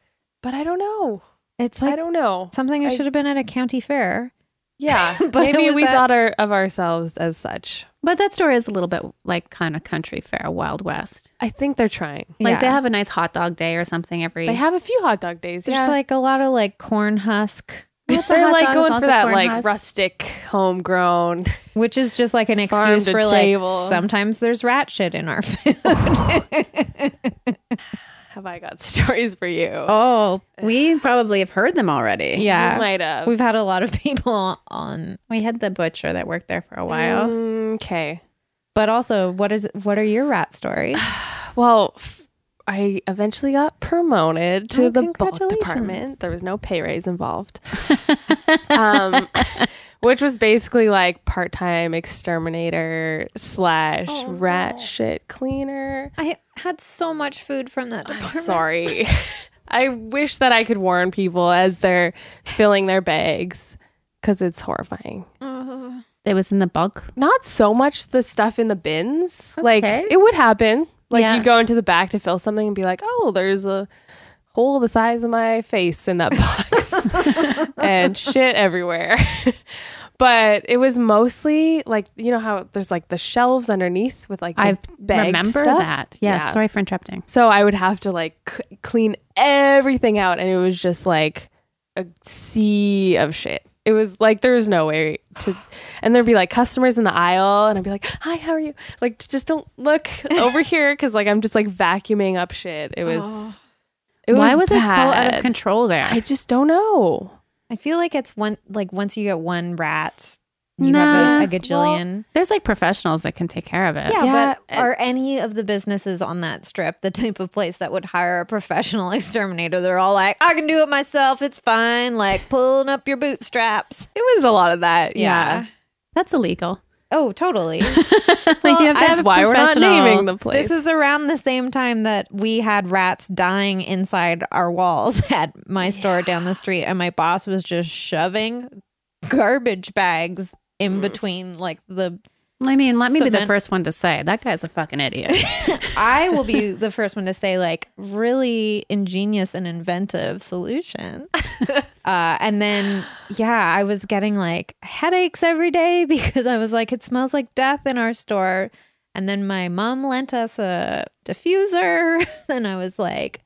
Speaker 3: But I don't know.
Speaker 1: It's like
Speaker 3: I don't know.
Speaker 1: something that
Speaker 3: I-
Speaker 1: should have been at a county fair.
Speaker 3: Yeah.
Speaker 1: <laughs> But it
Speaker 3: Maybe
Speaker 1: was
Speaker 3: we
Speaker 1: that-
Speaker 3: thought our, of ourselves as such.
Speaker 2: But that story is a little bit like kind of country fair, Wild West.
Speaker 3: I think they're trying.
Speaker 2: Like they
Speaker 1: Yeah.
Speaker 2: have a nice hot dog day or something every.
Speaker 3: They have a few hot dog days.
Speaker 1: There's
Speaker 3: yeah.
Speaker 1: like a lot of like corn husk
Speaker 3: <laughs> They're like
Speaker 2: dog is
Speaker 3: going
Speaker 2: also
Speaker 3: for that
Speaker 2: corn
Speaker 3: like
Speaker 2: husk.
Speaker 3: rustic, homegrown. <laughs>
Speaker 1: Which is just like an
Speaker 3: Farm
Speaker 1: excuse
Speaker 3: to
Speaker 1: for
Speaker 3: table.
Speaker 1: like sometimes there's rat shit in our <laughs> food.
Speaker 3: Have I got <laughs> stories for you?
Speaker 1: Oh,
Speaker 2: We probably have heard them already.
Speaker 1: <laughs> yeah.
Speaker 3: You might have.
Speaker 1: We've had a lot of <laughs> people on,
Speaker 2: We had the butcher that worked there for a while.
Speaker 3: Okay.
Speaker 1: but also, what is what are your rat stories?
Speaker 3: Well, f- I eventually got promoted to
Speaker 1: Oh,
Speaker 3: the bulk
Speaker 1: congratulations.
Speaker 3: department. There was no pay raise involved,
Speaker 1: <laughs>
Speaker 3: um, <laughs> which was basically like part time exterminator slash
Speaker 1: Oh,
Speaker 3: rat shit cleaner.
Speaker 1: <sighs> I had so much food from that
Speaker 3: I'm
Speaker 1: department.
Speaker 3: sorry. <laughs> I wish that I could warn people as they're filling their bags because it's horrifying.
Speaker 1: Ugh.
Speaker 2: It was in the bulk.
Speaker 3: Not so much the stuff in the bins. Like
Speaker 2: Okay.
Speaker 3: it would happen. Like
Speaker 2: Yeah.
Speaker 3: you'd go into the back to fill something and be like, "Oh, there's a hole the size of my face in that box." <laughs> and shit everywhere. <laughs> but it was mostly like, you know how there's like the shelves underneath with like the
Speaker 2: I
Speaker 3: bag
Speaker 2: remember
Speaker 3: stuff?
Speaker 2: that. Yes.
Speaker 3: Yeah.
Speaker 2: Sorry for interrupting.
Speaker 3: So I would have to like c- clean everything out, and it was just like a sea of shit. It was like there was no way to, and there'd be like customers in the aisle, and I'd be like, "Hi, how are you?" Like, just don't look <laughs> over here because like I'm just like vacuuming up shit. It was, it
Speaker 2: Why was it so out
Speaker 3: bad.
Speaker 2: of control there?
Speaker 3: I just don't know.
Speaker 1: I feel like it's one like once you get one rat, you
Speaker 2: Nah.
Speaker 1: have a, a gajillion.
Speaker 2: There's like professionals that can take care of it.
Speaker 1: yeah,
Speaker 3: yeah,
Speaker 1: but are any of the businesses on that strip the type of place that would hire a professional <laughs> exterminator? They're all like, I can do it myself. It's fine. Like pulling up your bootstraps.
Speaker 3: It was a lot of that. Yeah,
Speaker 2: That's illegal. <laughs>
Speaker 1: Oh, totally.
Speaker 2: Like, you have to have
Speaker 3: that's
Speaker 2: a
Speaker 3: why we're not
Speaker 2: professional.
Speaker 3: naming the place.
Speaker 1: This is around the same time that we had rats dying inside our walls <laughs> at my store down the street, and my boss was just shoving garbage bags in between, like the.
Speaker 2: I mean, let me be the
Speaker 1: Cement.
Speaker 2: first one to say that guy's a fucking idiot.
Speaker 1: I will be the first one to say, like, really ingenious and inventive solution. Uh, and then, yeah, I was getting like headaches every day <laughs> because I was like, it smells like death in our store. And then my mom lent us a diffuser. <laughs> and I was like,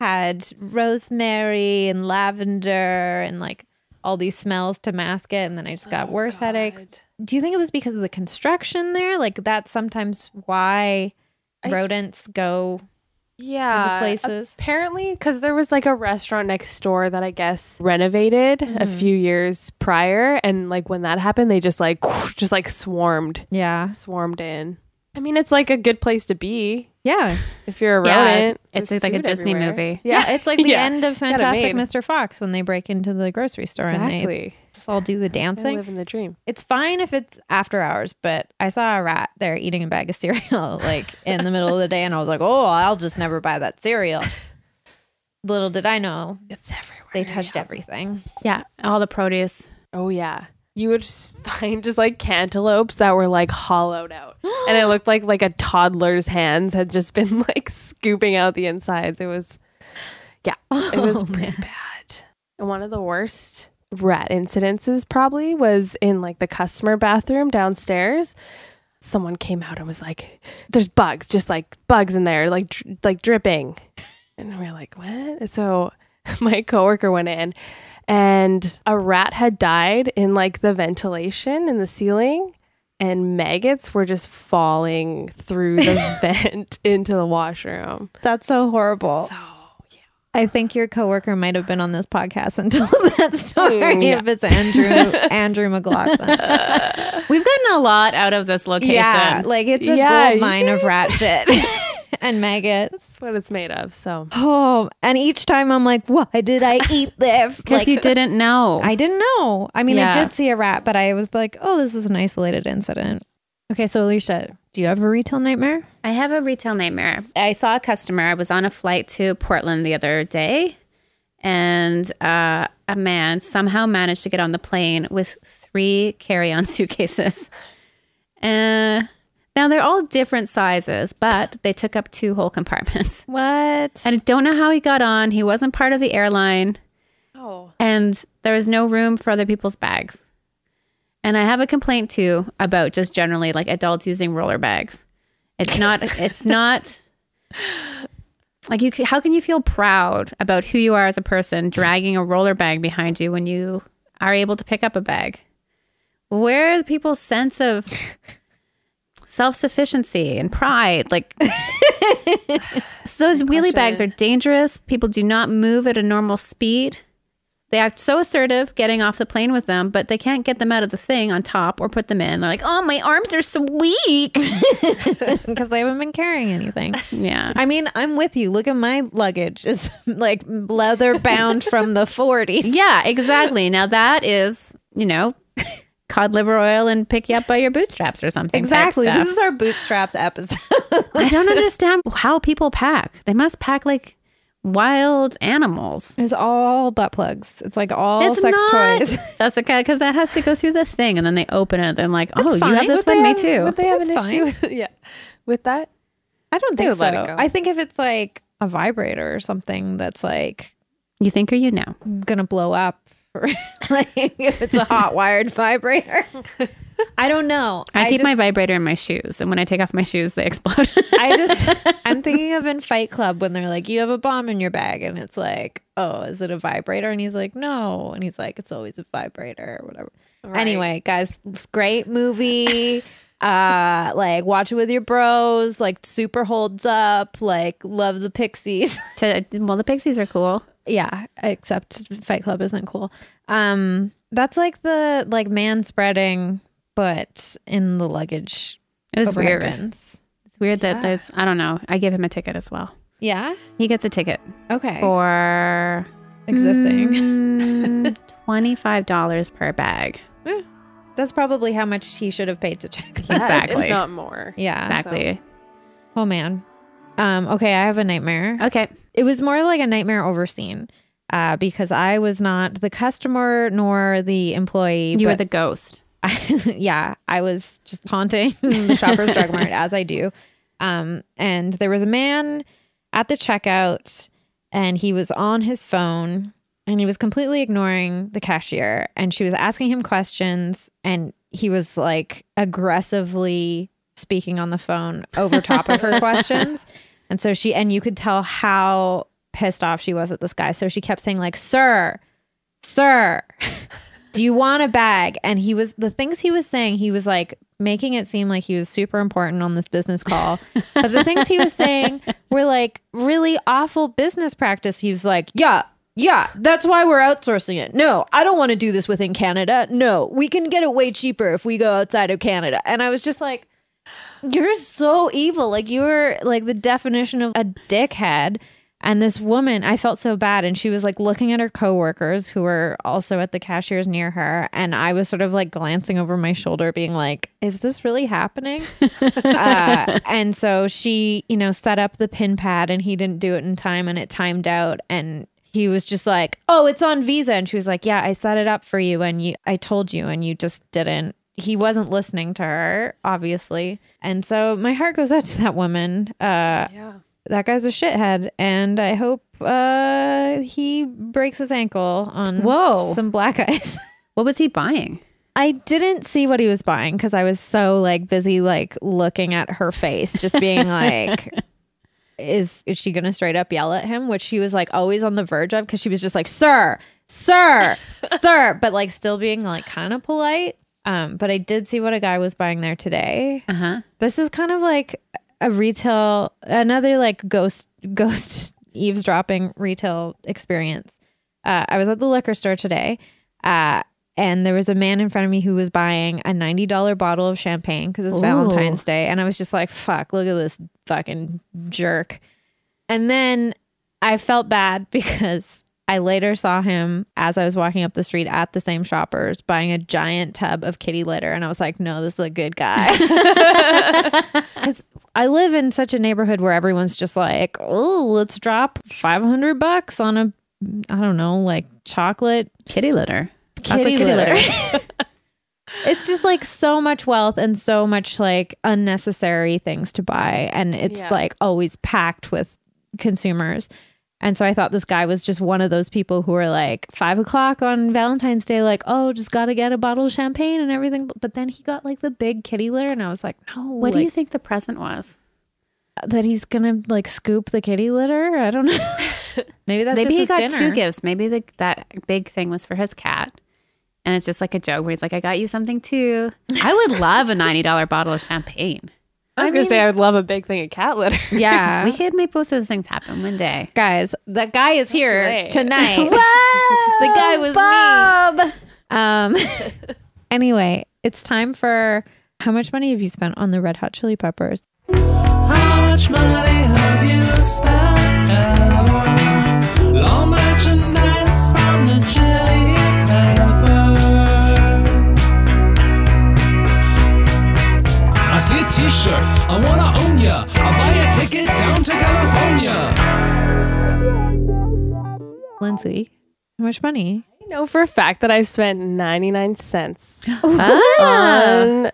Speaker 1: had rosemary and lavender and like all these smells to mask it. And then I just got worse headaches. Do you think it was because of the construction there? Like, that's sometimes why rodents go.
Speaker 3: yeah
Speaker 1: places.
Speaker 3: apparently because there was like a restaurant next door that i guess renovated a few years prior and like when that happened they just like <laughs> just like swarmed
Speaker 1: Yeah.
Speaker 3: swarmed in i mean it's like a good place to be
Speaker 1: Yeah.
Speaker 3: if you're a
Speaker 2: yeah,
Speaker 3: rodent
Speaker 2: it's
Speaker 3: There's
Speaker 2: like a
Speaker 3: food
Speaker 2: Disney
Speaker 3: everywhere.
Speaker 2: movie.
Speaker 1: <laughs> Yeah, it's
Speaker 3: <laughs>
Speaker 1: like the
Speaker 3: Yeah.
Speaker 1: end of
Speaker 3: Got it
Speaker 1: Fantastic
Speaker 3: made.
Speaker 1: Mr. Fox when they break into the grocery store and they
Speaker 3: exactly
Speaker 1: just all do the
Speaker 3: They
Speaker 1: dancing.
Speaker 3: live in the dream
Speaker 1: It's fine if it's after hours, but I saw a rat there eating a bag of <laughs> cereal like in the middle of the day and I was like, "Oh, I'll just never buy that
Speaker 3: <laughs>
Speaker 1: cereal." Little did I know,
Speaker 3: it's everywhere
Speaker 1: they touched everything.
Speaker 2: Yeah, all the produce.
Speaker 3: oh yeah you would s- <laughs> find just like cantaloupes that were like hollowed out and it looked like like a toddler's hands had just been <laughs> like scooping out the insides it was It
Speaker 1: <laughs>
Speaker 3: was
Speaker 1: Oh,
Speaker 3: pretty
Speaker 1: man.
Speaker 3: bad. And one of the worst rat incidences probably was in like the customer bathroom downstairs. Someone came out and was like, "There's bugs, just like bugs in there, like dr- like dripping." And we are like, "What?" And So <laughs> my coworker went in and a rat had died in like the ventilation in the ceiling and maggots were just falling through the vent into the washroom.
Speaker 1: That's so horrible.
Speaker 3: So
Speaker 1: I think your coworker might have been on this podcast and <laughs> told that story
Speaker 3: Mm, yeah.
Speaker 1: if it's Andrew
Speaker 3: <laughs>
Speaker 1: Andrew McLaughlin.
Speaker 2: We've gotten a lot out of this location.
Speaker 1: Yeah, like it's a
Speaker 3: Yeah,
Speaker 1: gold mine of rat shit <laughs> and maggots.
Speaker 3: that's what it's made of. So <laughs>
Speaker 1: Oh, and each time I'm like, why did <laughs> I eat there?
Speaker 2: Because
Speaker 1: Like,
Speaker 2: you didn't know.
Speaker 1: I didn't know. I mean,
Speaker 2: Yeah.
Speaker 1: I did see a rat, but I was like, oh, this is an isolated incident. Okay, so Alicia, do you have a retail nightmare?
Speaker 2: I have a retail nightmare. I saw a customer. I was on a flight to Portland the other day, and uh, a man somehow managed to get on the plane with three carry on <laughs> suitcases. Uh, now, they're all different sizes, but they took up two whole compartments.
Speaker 1: <laughs> What?
Speaker 2: And I don't know how he got on. He wasn't part of the airline,
Speaker 3: Oh,
Speaker 2: and there was no room for other people's bags. And I have a complaint too about just generally like adults using roller bags. It's not, it's not like you, c- how can you feel proud about who you are as a person dragging a roller bag behind you when you are able to pick up a bag? Where are people's sense of self sufficiency and pride? Like, so those wheelie bags are dangerous. People do not move at a normal speed. They act so assertive getting off the plane with them, but they can't get them out of the thing on top or put them in. They're like, oh, my arms are so weak. <laughs>
Speaker 1: because they haven't been carrying anything.
Speaker 2: yeah.
Speaker 1: <laughs> I mean, I'm with you. Look at my luggage. <laughs> It's like leather <laughs> bound from the 40s.
Speaker 2: Yeah, exactly. Now that is, you know, <laughs> cod liver oil and pick you up by your bootstraps or something. type
Speaker 1: Exactly.
Speaker 2: stuff.
Speaker 1: This is our bootstraps episode.
Speaker 2: I don't understand how people pack. They must pack like wild animals.
Speaker 1: <laughs> It's all butt plugs. It's like all
Speaker 2: it's
Speaker 1: sex
Speaker 2: not,
Speaker 1: toys. <laughs>
Speaker 2: Jessica, because that has to go through the thing, and then they open it. And like, oh, you
Speaker 1: fine.
Speaker 2: have this
Speaker 1: Would
Speaker 2: one, me
Speaker 3: have-
Speaker 2: too.
Speaker 3: Would they have an
Speaker 1: That's
Speaker 3: issue? With, yeah, with that.
Speaker 1: I don't
Speaker 3: They
Speaker 1: think
Speaker 3: would let it
Speaker 1: so.
Speaker 3: go.
Speaker 1: I think if it's like a vibrator or something that's like
Speaker 2: You think or you know?
Speaker 1: gonna blow up, or <laughs> like if it's a hot wired <laughs> vibrator, I don't know.
Speaker 2: I, keep
Speaker 1: just,
Speaker 2: my vibrator in my shoes, and when I take off my shoes, they
Speaker 1: <laughs>
Speaker 2: <laughs> explode.
Speaker 1: I just
Speaker 3: <laughs>
Speaker 1: I'm thinking of in Fight Club when they're like, "You have a bomb in your bag," and it's like, "Oh, is it a vibrator?" And he's like, "No," and he's like, "It's always a vibrator or whatever." Anyway, guys, great movie. uh like watch it with your bros like super holds up like love the pixies
Speaker 2: to, well, the pixies are cool.
Speaker 1: yeah except fight club isn't cool um that's like the like man spreading but in the luggage
Speaker 2: It was
Speaker 1: over
Speaker 2: weird.
Speaker 1: ribbons.
Speaker 2: It's weird that there's. I don't know. I give him a ticket as well.
Speaker 1: yeah
Speaker 2: He gets a ticket
Speaker 1: okay
Speaker 2: for
Speaker 1: existing <laughs>
Speaker 2: Mm, $25 per bag.
Speaker 1: That's probably how much he should have paid to check.
Speaker 3: Yeah,
Speaker 1: That.
Speaker 2: Exactly.
Speaker 3: If not more.
Speaker 1: Yeah.
Speaker 2: Exactly.
Speaker 1: Oh man. Um, okay, I have a nightmare.
Speaker 2: Okay.
Speaker 1: It was more like a nightmare overseen, uh, because I was not the customer nor the employee.
Speaker 2: You
Speaker 1: but
Speaker 2: are the ghost.
Speaker 1: I, <laughs> yeah, I was just haunting <laughs> the Shoppers Drug Mart as I do. Um, and there was a man at the checkout, and he was on his phone, and he was completely ignoring the cashier, and she was asking him questions, and he was like aggressively speaking on the phone over top of her questions, and so she and you could tell how pissed off she was at this guy, so she kept saying like, "Sir, sir." do you want a bag? And he was the things he was saying, he was like making it seem like he was super important on this business call. but the things he was saying were like really awful business practice. He was like, yeah. Yeah, that's why we're outsourcing it. No, I don't want to do this within Canada. No, we can get it way cheaper if we go outside of Canada. And I was just like, you're so evil. Like you were like the definition of a dickhead. And this woman, I felt so bad. And she was like looking at her coworkers who were also at the cashiers near her. And I was sort of like glancing over my shoulder, being like, is this really happening? uh, and so she, you know, set up the pin pad and he didn't do it in time and it timed out. And he was just like, oh, it's on Visa. And she was like, yeah, I set it up for you and you, I told you and you just didn't. He wasn't listening to her, obviously. And so my heart goes out to that woman. Uh,
Speaker 3: Yeah.
Speaker 1: that guy's a shithead. And I hope uh, he breaks his ankle on
Speaker 2: Whoa.
Speaker 1: some black ice. <laughs>
Speaker 2: What was he buying?
Speaker 1: I didn't see what he was buying because I was so like busy like looking at her face, just being like, "Is is she gonna straight up yell at him?" Which she was like always on the verge of because she was just like, "Sir, sir, sir," but like still being like kind of polite. Um, but I did see what a guy was buying there today.
Speaker 2: Uh huh.
Speaker 1: This is kind of like a retail, another like ghost, <laughs> ghost eavesdropping retail experience. Uh, I was at the liquor store today, uh, and there was a man in front of me who was buying a ninety dollar bottle of champagne because it's
Speaker 2: Ooh.
Speaker 1: Valentine's Day, and I was just like, "Fuck! Look at this fucking jerk." And then I felt bad <laughs> because I later saw him as I was walking up the street at the same shoppers buying a giant tub of kitty litter. And I was like, no, this is a good guy. 'Cause I live in such a neighborhood where everyone's just like, oh, let's drop 500 bucks on a, I don't know, like chocolate
Speaker 2: Kitty litter. Chocolate
Speaker 1: kitty, litter.
Speaker 2: <laughs>
Speaker 1: <laughs> it's just like so much wealth and so much like unnecessary things to buy and it's
Speaker 3: Yeah.
Speaker 1: like always packed with consumers and so i thought this guy was just one of those people who were like five o'clock on valentine's day like oh just gotta get a bottle of champagne and everything but then he got like the big kitty litter and i was like no
Speaker 2: What do you
Speaker 1: like,
Speaker 2: think the present was?
Speaker 1: that he's gonna like scoop the kitty litter i don't
Speaker 3: <laughs>
Speaker 1: know maybe that's
Speaker 2: Maybe he
Speaker 1: just
Speaker 2: got
Speaker 1: his
Speaker 2: two
Speaker 1: dinner.
Speaker 2: gifts. Maybe the, that big thing was for his cat, And it's just like a joke where he's like, I got you something too. I would love a $90 <laughs> bottle of champagne.
Speaker 3: I was gonna say I would love a big thing of cat litter.
Speaker 1: Yeah.
Speaker 2: <laughs>
Speaker 3: Uh,
Speaker 2: We could make both those things happen one day.
Speaker 1: Guys, the guy is here
Speaker 3: right.
Speaker 1: tonight.
Speaker 2: <laughs> Whoa,
Speaker 1: The guy was me. Um,
Speaker 2: Bob! <laughs>
Speaker 1: anyway, it's time for how much money have you spent on the Red Hot Chili Peppers?
Speaker 4: How much money have you spent? Law merchandise from the Chili Peppers. I see a T-shirt. I wanna own ya. I'll buy a ticket down to California.
Speaker 1: Lindsay, how much money?
Speaker 3: I know for a fact that I've spent 99 cents
Speaker 2: <gasps> Ah.
Speaker 3: on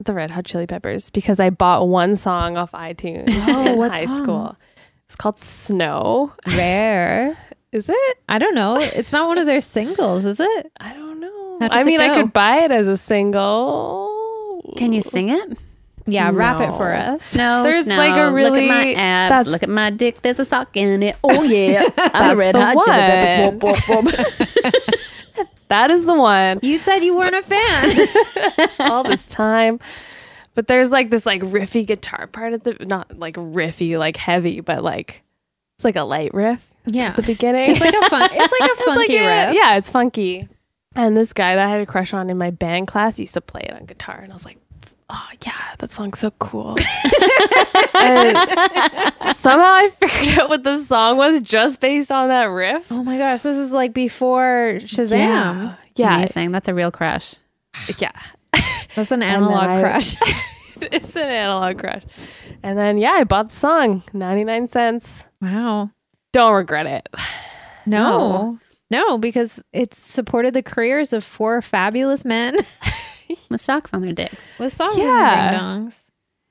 Speaker 3: the Red Hot Chili Peppers because I bought one song off iTunes in
Speaker 1: what
Speaker 3: high
Speaker 1: song?
Speaker 3: school. It's called Snow.
Speaker 1: Rare.
Speaker 3: Is it?
Speaker 1: I don't know. It's not one of their singles, is it?
Speaker 3: I don't know.
Speaker 2: How does
Speaker 3: I
Speaker 2: it
Speaker 3: mean, I
Speaker 2: go?
Speaker 3: could buy it as a single.
Speaker 2: Can you sing it?
Speaker 1: Yeah, wrap it for
Speaker 3: No.
Speaker 1: us.
Speaker 2: No,
Speaker 3: There's
Speaker 2: snow.
Speaker 3: like a
Speaker 2: look at my
Speaker 3: really-
Speaker 2: abs,
Speaker 3: that's-
Speaker 2: look at my dick. There's a sock in it. Oh yeah, I'm a
Speaker 3: That's
Speaker 2: red
Speaker 3: the
Speaker 2: hot chili pepper.
Speaker 3: one.
Speaker 2: Whoop, whoop, whoop.
Speaker 3: <laughs> That is the one.
Speaker 1: You said you weren't a fan.
Speaker 3: <laughs> all this time. But there's like this like riffy guitar part at the not like riffy like heavy, but like it's like a light riff
Speaker 1: yeah.
Speaker 3: at the
Speaker 1: <laughs>
Speaker 3: beginning.
Speaker 1: It's like a fun it's like a
Speaker 3: <laughs> It's like
Speaker 1: funky
Speaker 3: a-
Speaker 1: riff.
Speaker 3: Yeah, it's funky. And this guy that I had a crush on in my band class used to play it on guitar, and I was like, oh yeah, that song's so
Speaker 1: <laughs>
Speaker 3: cool. and somehow I figured out what the song was just based on that riff.
Speaker 1: Oh my gosh, this is like before Shazam.
Speaker 3: <laughs> yeah,
Speaker 2: Amazing. That's a real crush.
Speaker 3: yeah. <laughs>
Speaker 1: That's an
Speaker 3: And then
Speaker 1: analog
Speaker 3: I-
Speaker 1: crush. <laughs>
Speaker 3: it's an analog crush. And then yeah, I bought the song, ninety nine cents.
Speaker 1: wow.
Speaker 3: Don't regret it.
Speaker 1: No. No, because it's supported the careers of four fabulous men <laughs>
Speaker 2: With socks on their dicks.
Speaker 1: with songs
Speaker 3: Yeah.
Speaker 1: and ding dongs.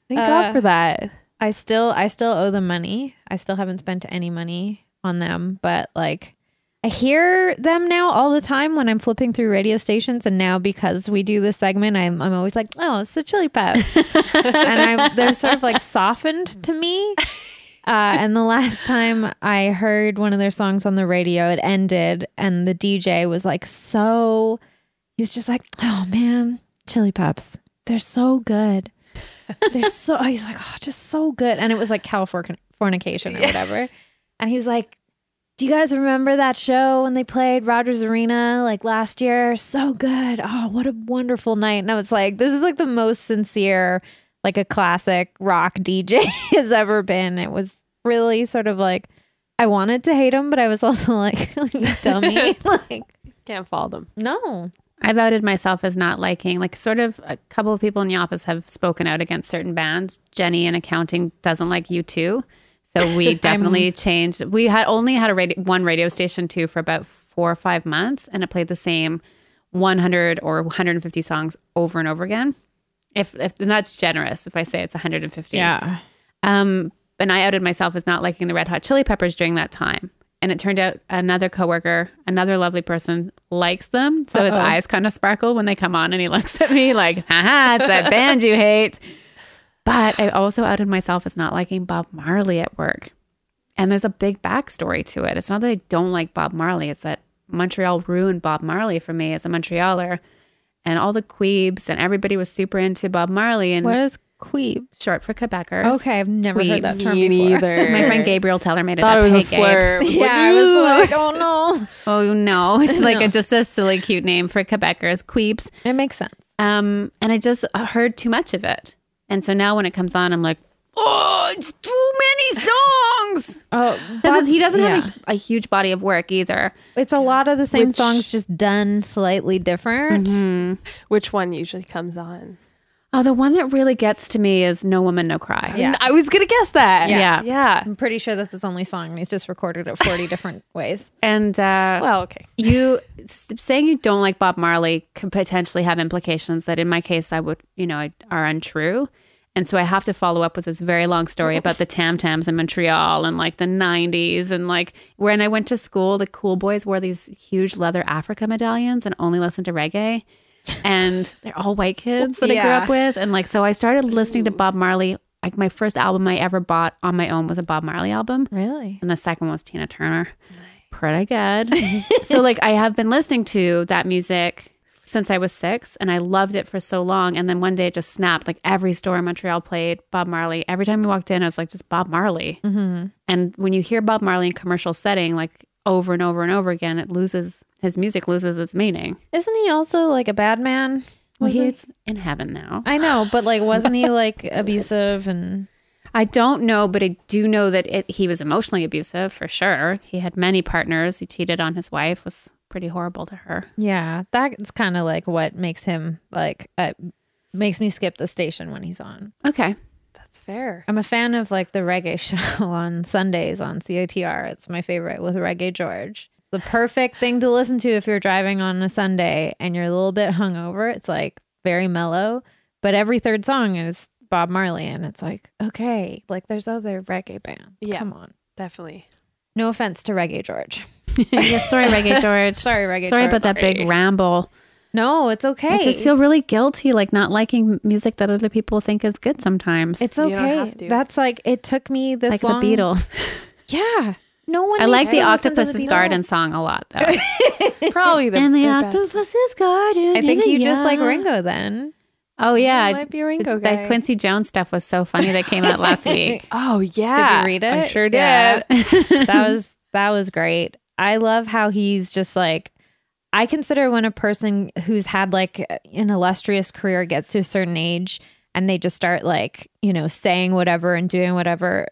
Speaker 3: Thank
Speaker 1: Uh,
Speaker 3: God for that.
Speaker 1: I still I still owe them money. I still haven't spent any money on them, but like I hear them now all the time when I'm flipping through radio stations and now because we do this segment I'm I'm always like, "Oh, it's the Chili Peps." and I they're sort of like softened to me. Uh, and the last time I heard one of their songs on the radio, it ended and the DJ was like so he was just like, "Oh man, Chili Peps. They're so good." they're so he's like oh just so good and it was like california fornication or whatever and he was like do you guys remember that show when they played rogers arena like last year so good oh what a wonderful night and i was like this is like the most sincere like a classic rock dj <laughs> has ever been it was really sort of like i wanted to hate him but i was also like <laughs> you <laughs> dummy like
Speaker 3: Can't follow them.
Speaker 1: no
Speaker 2: I've outed myself as not liking, like, sort of a couple of people in the office have spoken out against certain bands. Jenny in accounting doesn't like you too. So we definitely changed. We had only had a radio, one radio station too for about four or five months, and it played the same 100 or 150 songs over and over again. If, if and that's generous if I say it's 150. Um, and I outed myself as not liking the Red Hot Chili Peppers during that time. And it turned out another coworker, another lovely person, likes them. So his eyes kind of sparkle when they come on, and he <laughs> looks at me like, "Haha, it's that band you hate." But I also outed myself as not liking Bob Marley at work. And there's a big backstory to it. It's not that I don't like Bob Marley, it's that Montreal ruined Bob Marley for me as a Montrealer. And all the queebs and everybody was super into Bob Marley and
Speaker 1: what is queeb
Speaker 2: short for Quebecers.
Speaker 1: okay i've never heard that
Speaker 2: Queebs.
Speaker 1: term
Speaker 3: Me
Speaker 1: before
Speaker 3: <laughs> neither.
Speaker 2: My friend Gabriel Teller made it
Speaker 3: thought
Speaker 2: up.
Speaker 3: it was
Speaker 2: Hey,
Speaker 3: a <laughs> slur.
Speaker 1: <laughs>
Speaker 2: Gabe.
Speaker 1: yeah i was like oh no
Speaker 2: Oh no, <laughs> it's like a, just a silly, cute name for Quebecers, Queeps.
Speaker 1: It makes sense.
Speaker 2: Um, and I just heard too much of it, and so now when it comes on, I'm like, oh, it's too many <laughs> songs.
Speaker 1: Oh,
Speaker 2: Because he doesn't have a, a huge body of work either.
Speaker 1: It's a lot of the same
Speaker 2: Which-
Speaker 1: songs, just done slightly different.
Speaker 3: Which one usually comes on?
Speaker 2: Oh, the one that really gets to me is "No Woman, No Cry."
Speaker 1: Yeah.
Speaker 3: I was gonna guess that.
Speaker 2: Yeah.
Speaker 3: Yeah.
Speaker 1: I'm pretty sure that's his only song. and He's just recorded it <laughs> 40 different ways.
Speaker 2: and uh,
Speaker 3: Well, okay.
Speaker 2: you s- saying you don't like Bob Marley could potentially have implications that in my case I would you know are untrue. And so I have to follow up with this very long story about the Tam Tams in Montreal and like the 90s and like when I went to school the cool boys wore these huge leather Africa medallions and only listened to reggae. And they're all white kids that I grew
Speaker 1: Yeah.
Speaker 2: up with and like so I started listening to Bob Marley like my first album I ever bought on my own was a Bob Marley album
Speaker 1: Really?
Speaker 2: and the second one was Tina Turner. Pretty good. so like I have been listening to that music since I was six, and I loved it for so long. And then one day it just snapped. Like every store in Montreal played Bob Marley. Every time we walked in, I was like, just Bob Marley.
Speaker 1: Mhm.
Speaker 2: And when you hear Bob Marley in commercial setting, like over and over and over again, it loses his music loses its meaning.
Speaker 1: Isn't he also like a bad man?
Speaker 2: Well,
Speaker 1: Wasn't-
Speaker 2: he's in heaven now.
Speaker 1: I know, but like, wasn't <laughs> he like abusive and
Speaker 2: I don't know, but I do know that it, he was emotionally abusive for sure. He had many partners. He cheated on his wife. Was pretty horrible to her.
Speaker 1: yeah? That's kind of like what makes him like uh, makes me skip the station when he's on.
Speaker 2: Okay.
Speaker 3: That's fair.
Speaker 1: I'm a fan of like the reggae <laughs> show on Sundays on COTR. It's my favorite with Reggae George. It's the perfect thing to listen to if you're driving on a Sunday and you're a little bit hungover. It's like very mellow, but every third song is Bob Marley, and it's like okay, like there's other reggae bands.
Speaker 3: Yeah.
Speaker 1: Come on.
Speaker 3: Definitely.
Speaker 1: No offense to Reggae George. <laughs>
Speaker 2: <laughs> yeah, sorry, Reggae George. sorry
Speaker 1: Sorry, Reggae George.
Speaker 2: about that big ramble.
Speaker 1: No, it's okay.
Speaker 2: I just feel really guilty, like not liking music that other people think is good sometimes.
Speaker 1: it's
Speaker 3: You
Speaker 1: okay.
Speaker 3: don't have to.
Speaker 1: That's like it took me this
Speaker 2: like
Speaker 1: long.
Speaker 2: the
Speaker 1: <laughs>
Speaker 2: Beatles.
Speaker 1: Yeah. No one.
Speaker 2: I like
Speaker 1: needs
Speaker 2: the
Speaker 1: to listen to
Speaker 2: Octopus's
Speaker 1: Beatles.
Speaker 2: Garden song a
Speaker 1: <laughs>
Speaker 2: lot, though.
Speaker 3: <laughs> Probably the,
Speaker 2: and the
Speaker 3: their best.
Speaker 2: Octopus's Garden.
Speaker 1: I
Speaker 2: <laughs>
Speaker 1: think
Speaker 2: in
Speaker 1: you
Speaker 2: the
Speaker 1: just like
Speaker 2: yard.
Speaker 1: Ringo then.
Speaker 2: Oh yeah,
Speaker 3: It might be a
Speaker 2: The-
Speaker 3: Ringo
Speaker 2: That
Speaker 3: guy.
Speaker 2: Quincy Jones stuff was so funny that came out
Speaker 1: <laughs>
Speaker 2: last week.
Speaker 3: Oh
Speaker 1: Did
Speaker 3: yeah.
Speaker 1: you read it?
Speaker 3: I sure did. <laughs>
Speaker 1: Yeah. that was that was great. I love how he's just like I consider when a person who's had like an illustrious career gets to a certain age and they just start like, you know, saying whatever and doing whatever.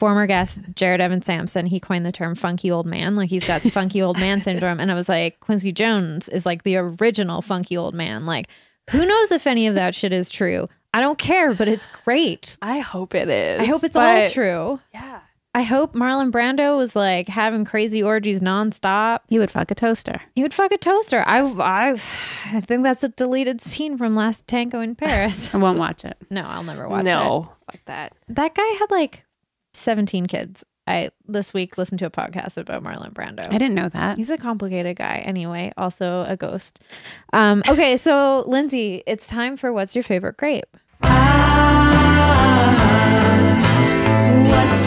Speaker 1: Former guest Jared Evan Sampson, he coined the term funky old man. Like he's got funky old
Speaker 3: <laughs>
Speaker 1: man syndrome. And I was like, Quincy Jones is like the original funky old man. Like, who knows if any of that shit is true? I don't care, but it's great.
Speaker 3: I hope it is.
Speaker 1: I hope it's all
Speaker 3: but-
Speaker 1: true.
Speaker 3: Yeah.
Speaker 1: I hope Marlon Brando was like having crazy orgies nonstop.
Speaker 2: He would fuck a toaster.
Speaker 1: He would fuck a toaster. I, I, I think that's a deleted scene from Last Tango in
Speaker 2: <laughs>
Speaker 1: Paris.
Speaker 2: I won't watch it.
Speaker 1: no, I'll never watch
Speaker 3: no. Fuck that.
Speaker 1: it. That guy had like 17 kids. I this week listened to a podcast about Marlon Brando.
Speaker 2: I didn't know that.
Speaker 1: He's a complicated guy anyway, also a ghost. Um, okay, so Lindsay, it's time for what's your favorite grape?
Speaker 5: What's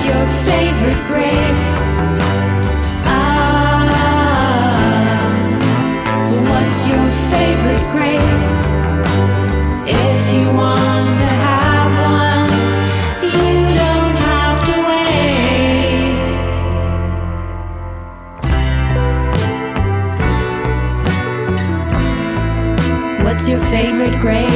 Speaker 5: your favorite grade? Ah, what's your favorite grade? If you want to have one, you don't have to wait. What's your favorite grade?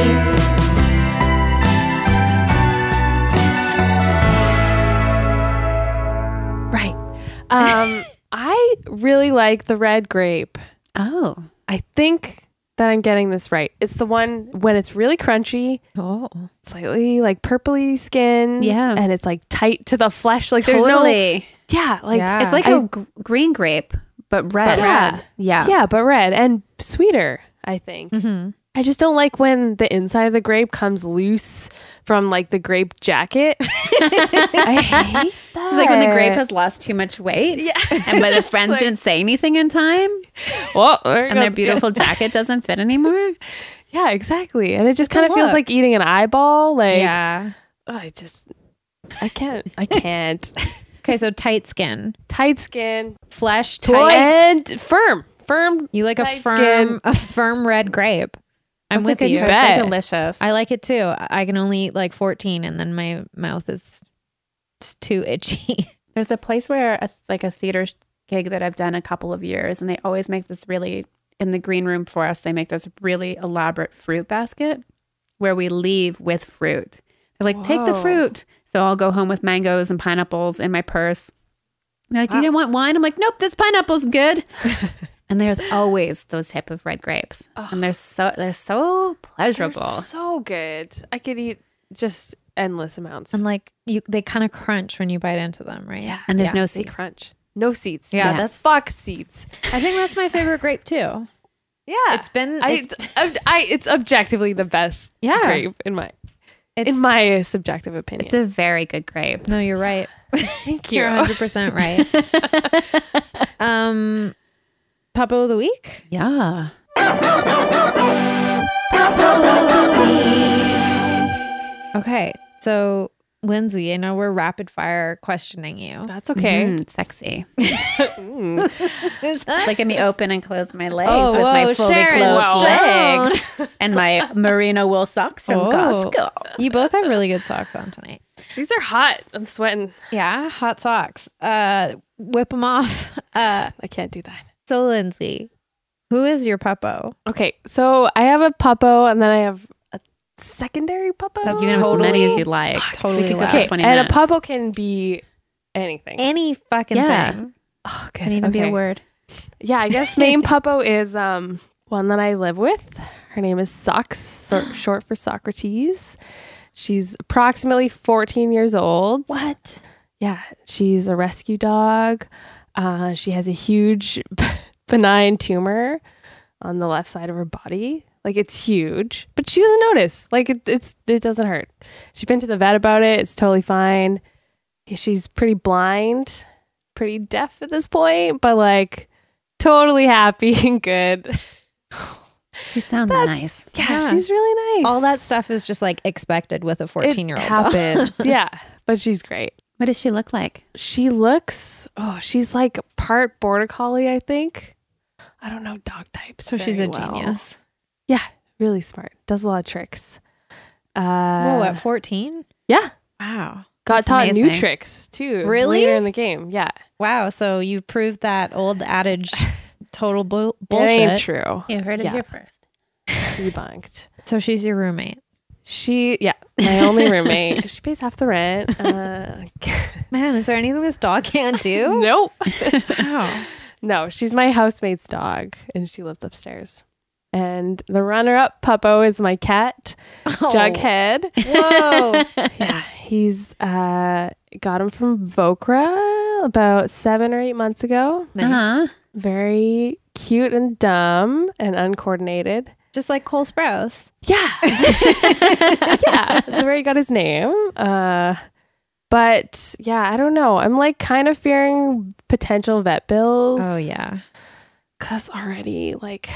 Speaker 3: Right.
Speaker 2: <laughs>
Speaker 3: Um, I really like the red grape.
Speaker 2: Oh,
Speaker 3: I think that I'm getting this right. It's the one when it's really crunchy,
Speaker 1: Oh,
Speaker 3: slightly like purpley skin.
Speaker 2: Yeah.
Speaker 3: And it's like tight to the flesh. Like there's
Speaker 2: totally.
Speaker 3: no Yeah. Like
Speaker 1: Yeah.
Speaker 2: It's like
Speaker 3: I-
Speaker 2: a gr- green grape, but red.
Speaker 3: Yeah.
Speaker 2: Yeah. Mm-hmm.
Speaker 3: Yeah, but red and sweeter, I think. I just don't like when the inside of the grape comes loose from like the grape
Speaker 2: <laughs>
Speaker 3: jacket. I <laughs> hate that.
Speaker 2: It's like when the
Speaker 3: <laughs>
Speaker 2: grape has lost too much weight. Yeah. And but the
Speaker 1: <laughs>
Speaker 2: friends didn't say anything in time
Speaker 3: Whoa, Oh, there it
Speaker 2: and their
Speaker 3: goes.
Speaker 2: beautiful jacket doesn't fit anymore.
Speaker 3: Yeah, exactly. And it just kind of feels
Speaker 1: look.
Speaker 3: like eating an eyeball. Like
Speaker 1: yeah.
Speaker 3: ugh, I just I can't. I can't.
Speaker 1: Okay, so tight skin,
Speaker 3: Tight skin.
Speaker 1: flesh,
Speaker 3: Tight.
Speaker 1: tight.
Speaker 3: And firm. Firm.
Speaker 1: You like a
Speaker 3: Light
Speaker 1: firm,
Speaker 3: skin.
Speaker 1: <laughs> a firm red grape. <laughs> I'm with
Speaker 2: It's
Speaker 1: you.
Speaker 2: like
Speaker 3: bet.
Speaker 2: delicious.
Speaker 1: I like it too. I I can only eat like 14, and then my mouth is it's too itchy. <laughs>
Speaker 2: There's a place where a, like a theater gig that I've done a couple of years, and they always make this really in the green room for us. They make this really elaborate fruit basket where we leave with fruit. They're like, take the
Speaker 3: Whoa.
Speaker 2: fruit. So I'll go home with mangoes and pineapples in my purse. They're like,
Speaker 3: Ah.
Speaker 2: do you want wine? I'm like, nope, this pineapple's good. <laughs> and there's always those type of red grapes, and they're so they're so
Speaker 3: They're
Speaker 2: pleasurable.
Speaker 3: so good. I could eat just endless amounts.
Speaker 1: And like you, they kind of crunch when you bite into them, right?
Speaker 3: yeah.
Speaker 2: and there's
Speaker 3: yeah,
Speaker 2: no
Speaker 3: they
Speaker 2: seeds.
Speaker 3: crunch. No seeds.
Speaker 1: Yeah,
Speaker 2: Yeah.
Speaker 1: that's-
Speaker 3: fuck seeds.
Speaker 1: I think that's my favorite grape too.
Speaker 3: Yeah.
Speaker 1: It's been,
Speaker 3: I,
Speaker 1: it's,
Speaker 3: I, I- it's objectively the best
Speaker 1: Yeah.
Speaker 3: grape in my
Speaker 1: It's-
Speaker 3: in my subjective opinion.
Speaker 2: It's a very good grape.
Speaker 1: no, you're
Speaker 3: <laughs>
Speaker 1: right.
Speaker 3: Thank
Speaker 1: You're 100% right. um, Papo of the week.
Speaker 2: Yeah.
Speaker 1: Okay. So Lindsay, I know we're rapid fire questioning you.
Speaker 3: <laughs> That's okay.
Speaker 2: Mm, <laughs> sexy. Look at me open and close my legs
Speaker 1: Oh,
Speaker 2: with my
Speaker 1: whoa,
Speaker 2: fully
Speaker 1: Sharon
Speaker 2: closed
Speaker 1: Stone.
Speaker 2: legs and my merino wool socks from
Speaker 1: Oh.
Speaker 2: Costco.
Speaker 1: You both have really good socks on tonight.
Speaker 3: These are hot. I'm sweating.
Speaker 1: Yeah, hot socks. Uh, whip them off. <laughs> Uh,
Speaker 3: I can't do that.
Speaker 1: so Lindsay, who is your puppo?
Speaker 3: Okay, so I have a puppo, and then I have a secondary puppo.
Speaker 1: That's
Speaker 2: You can have as many as you like. Totally
Speaker 1: could go
Speaker 2: allowed.
Speaker 1: for
Speaker 3: okay,
Speaker 2: 20
Speaker 3: and
Speaker 2: minutes.
Speaker 3: a puppo can be anything.
Speaker 1: Any fucking
Speaker 2: Yeah.
Speaker 1: thing.
Speaker 3: oh, good.
Speaker 2: Can even be a
Speaker 3: Okay.
Speaker 2: word.
Speaker 3: Yeah, I guess main puppo is um one that I live with. Her name is Socks, so- short for Socrates. She's approximately 14 years old.
Speaker 1: What?
Speaker 3: Yeah, she's a rescue dog. Uh, she has a huge <laughs> benign tumor on the left side of her body. Like it's huge, but she doesn't notice. Like it, it's it doesn't hurt. She's been to the vet about it. It's totally fine. She's pretty blind, pretty deaf at this point, but like
Speaker 1: <laughs>
Speaker 3: totally happy and good.
Speaker 2: She sounds nice.
Speaker 3: Yeah,
Speaker 1: Yeah.
Speaker 3: she's really nice.
Speaker 1: All that stuff is just like expected with a
Speaker 3: It
Speaker 1: 14 year <laughs> old.
Speaker 3: happens. yeah, but she's great.
Speaker 2: What does she look like?
Speaker 3: she looks oh she's like part border collie i think i don't know dog types
Speaker 1: So she's
Speaker 3: very
Speaker 1: a
Speaker 3: well.
Speaker 1: genius.
Speaker 3: yeah really smart does a lot of tricks uh
Speaker 1: Whoa, at 14?
Speaker 3: yeah
Speaker 1: Wow.
Speaker 3: got
Speaker 2: That's
Speaker 3: taught new
Speaker 2: amazing.
Speaker 3: tricks too
Speaker 1: Really?
Speaker 3: later in the game yeah
Speaker 1: Wow. So you proved that old
Speaker 3: <laughs>
Speaker 1: adage total bull-
Speaker 3: it ain't
Speaker 1: bullshit. <laughs>
Speaker 3: true
Speaker 2: You heard
Speaker 3: it Yeah. here
Speaker 2: first.
Speaker 3: debunked
Speaker 1: So she's your roommate.
Speaker 3: she yeah
Speaker 1: <laughs>
Speaker 3: my only roommate she pays half the rent uh <laughs>
Speaker 1: Man, is there anything this dog can't do?
Speaker 3: nope
Speaker 1: wow.
Speaker 3: <laughs> No, she's my housemate's dog, and she lives upstairs. And the runner-up puppo is my cat, Jughead.
Speaker 1: Oh. Whoa.
Speaker 3: <laughs> yeah, he's uh, got him from Vokra about seven or eight months ago.
Speaker 1: nice.
Speaker 3: Very cute and dumb and uncoordinated.
Speaker 1: Just like Cole Sprouse.
Speaker 3: Yeah. <laughs> yeah. That's where he got his name. Uh, but yeah, I don't know. I'm like kind of fearing potential vet bills.
Speaker 1: Oh, yeah.
Speaker 3: Cause already, like,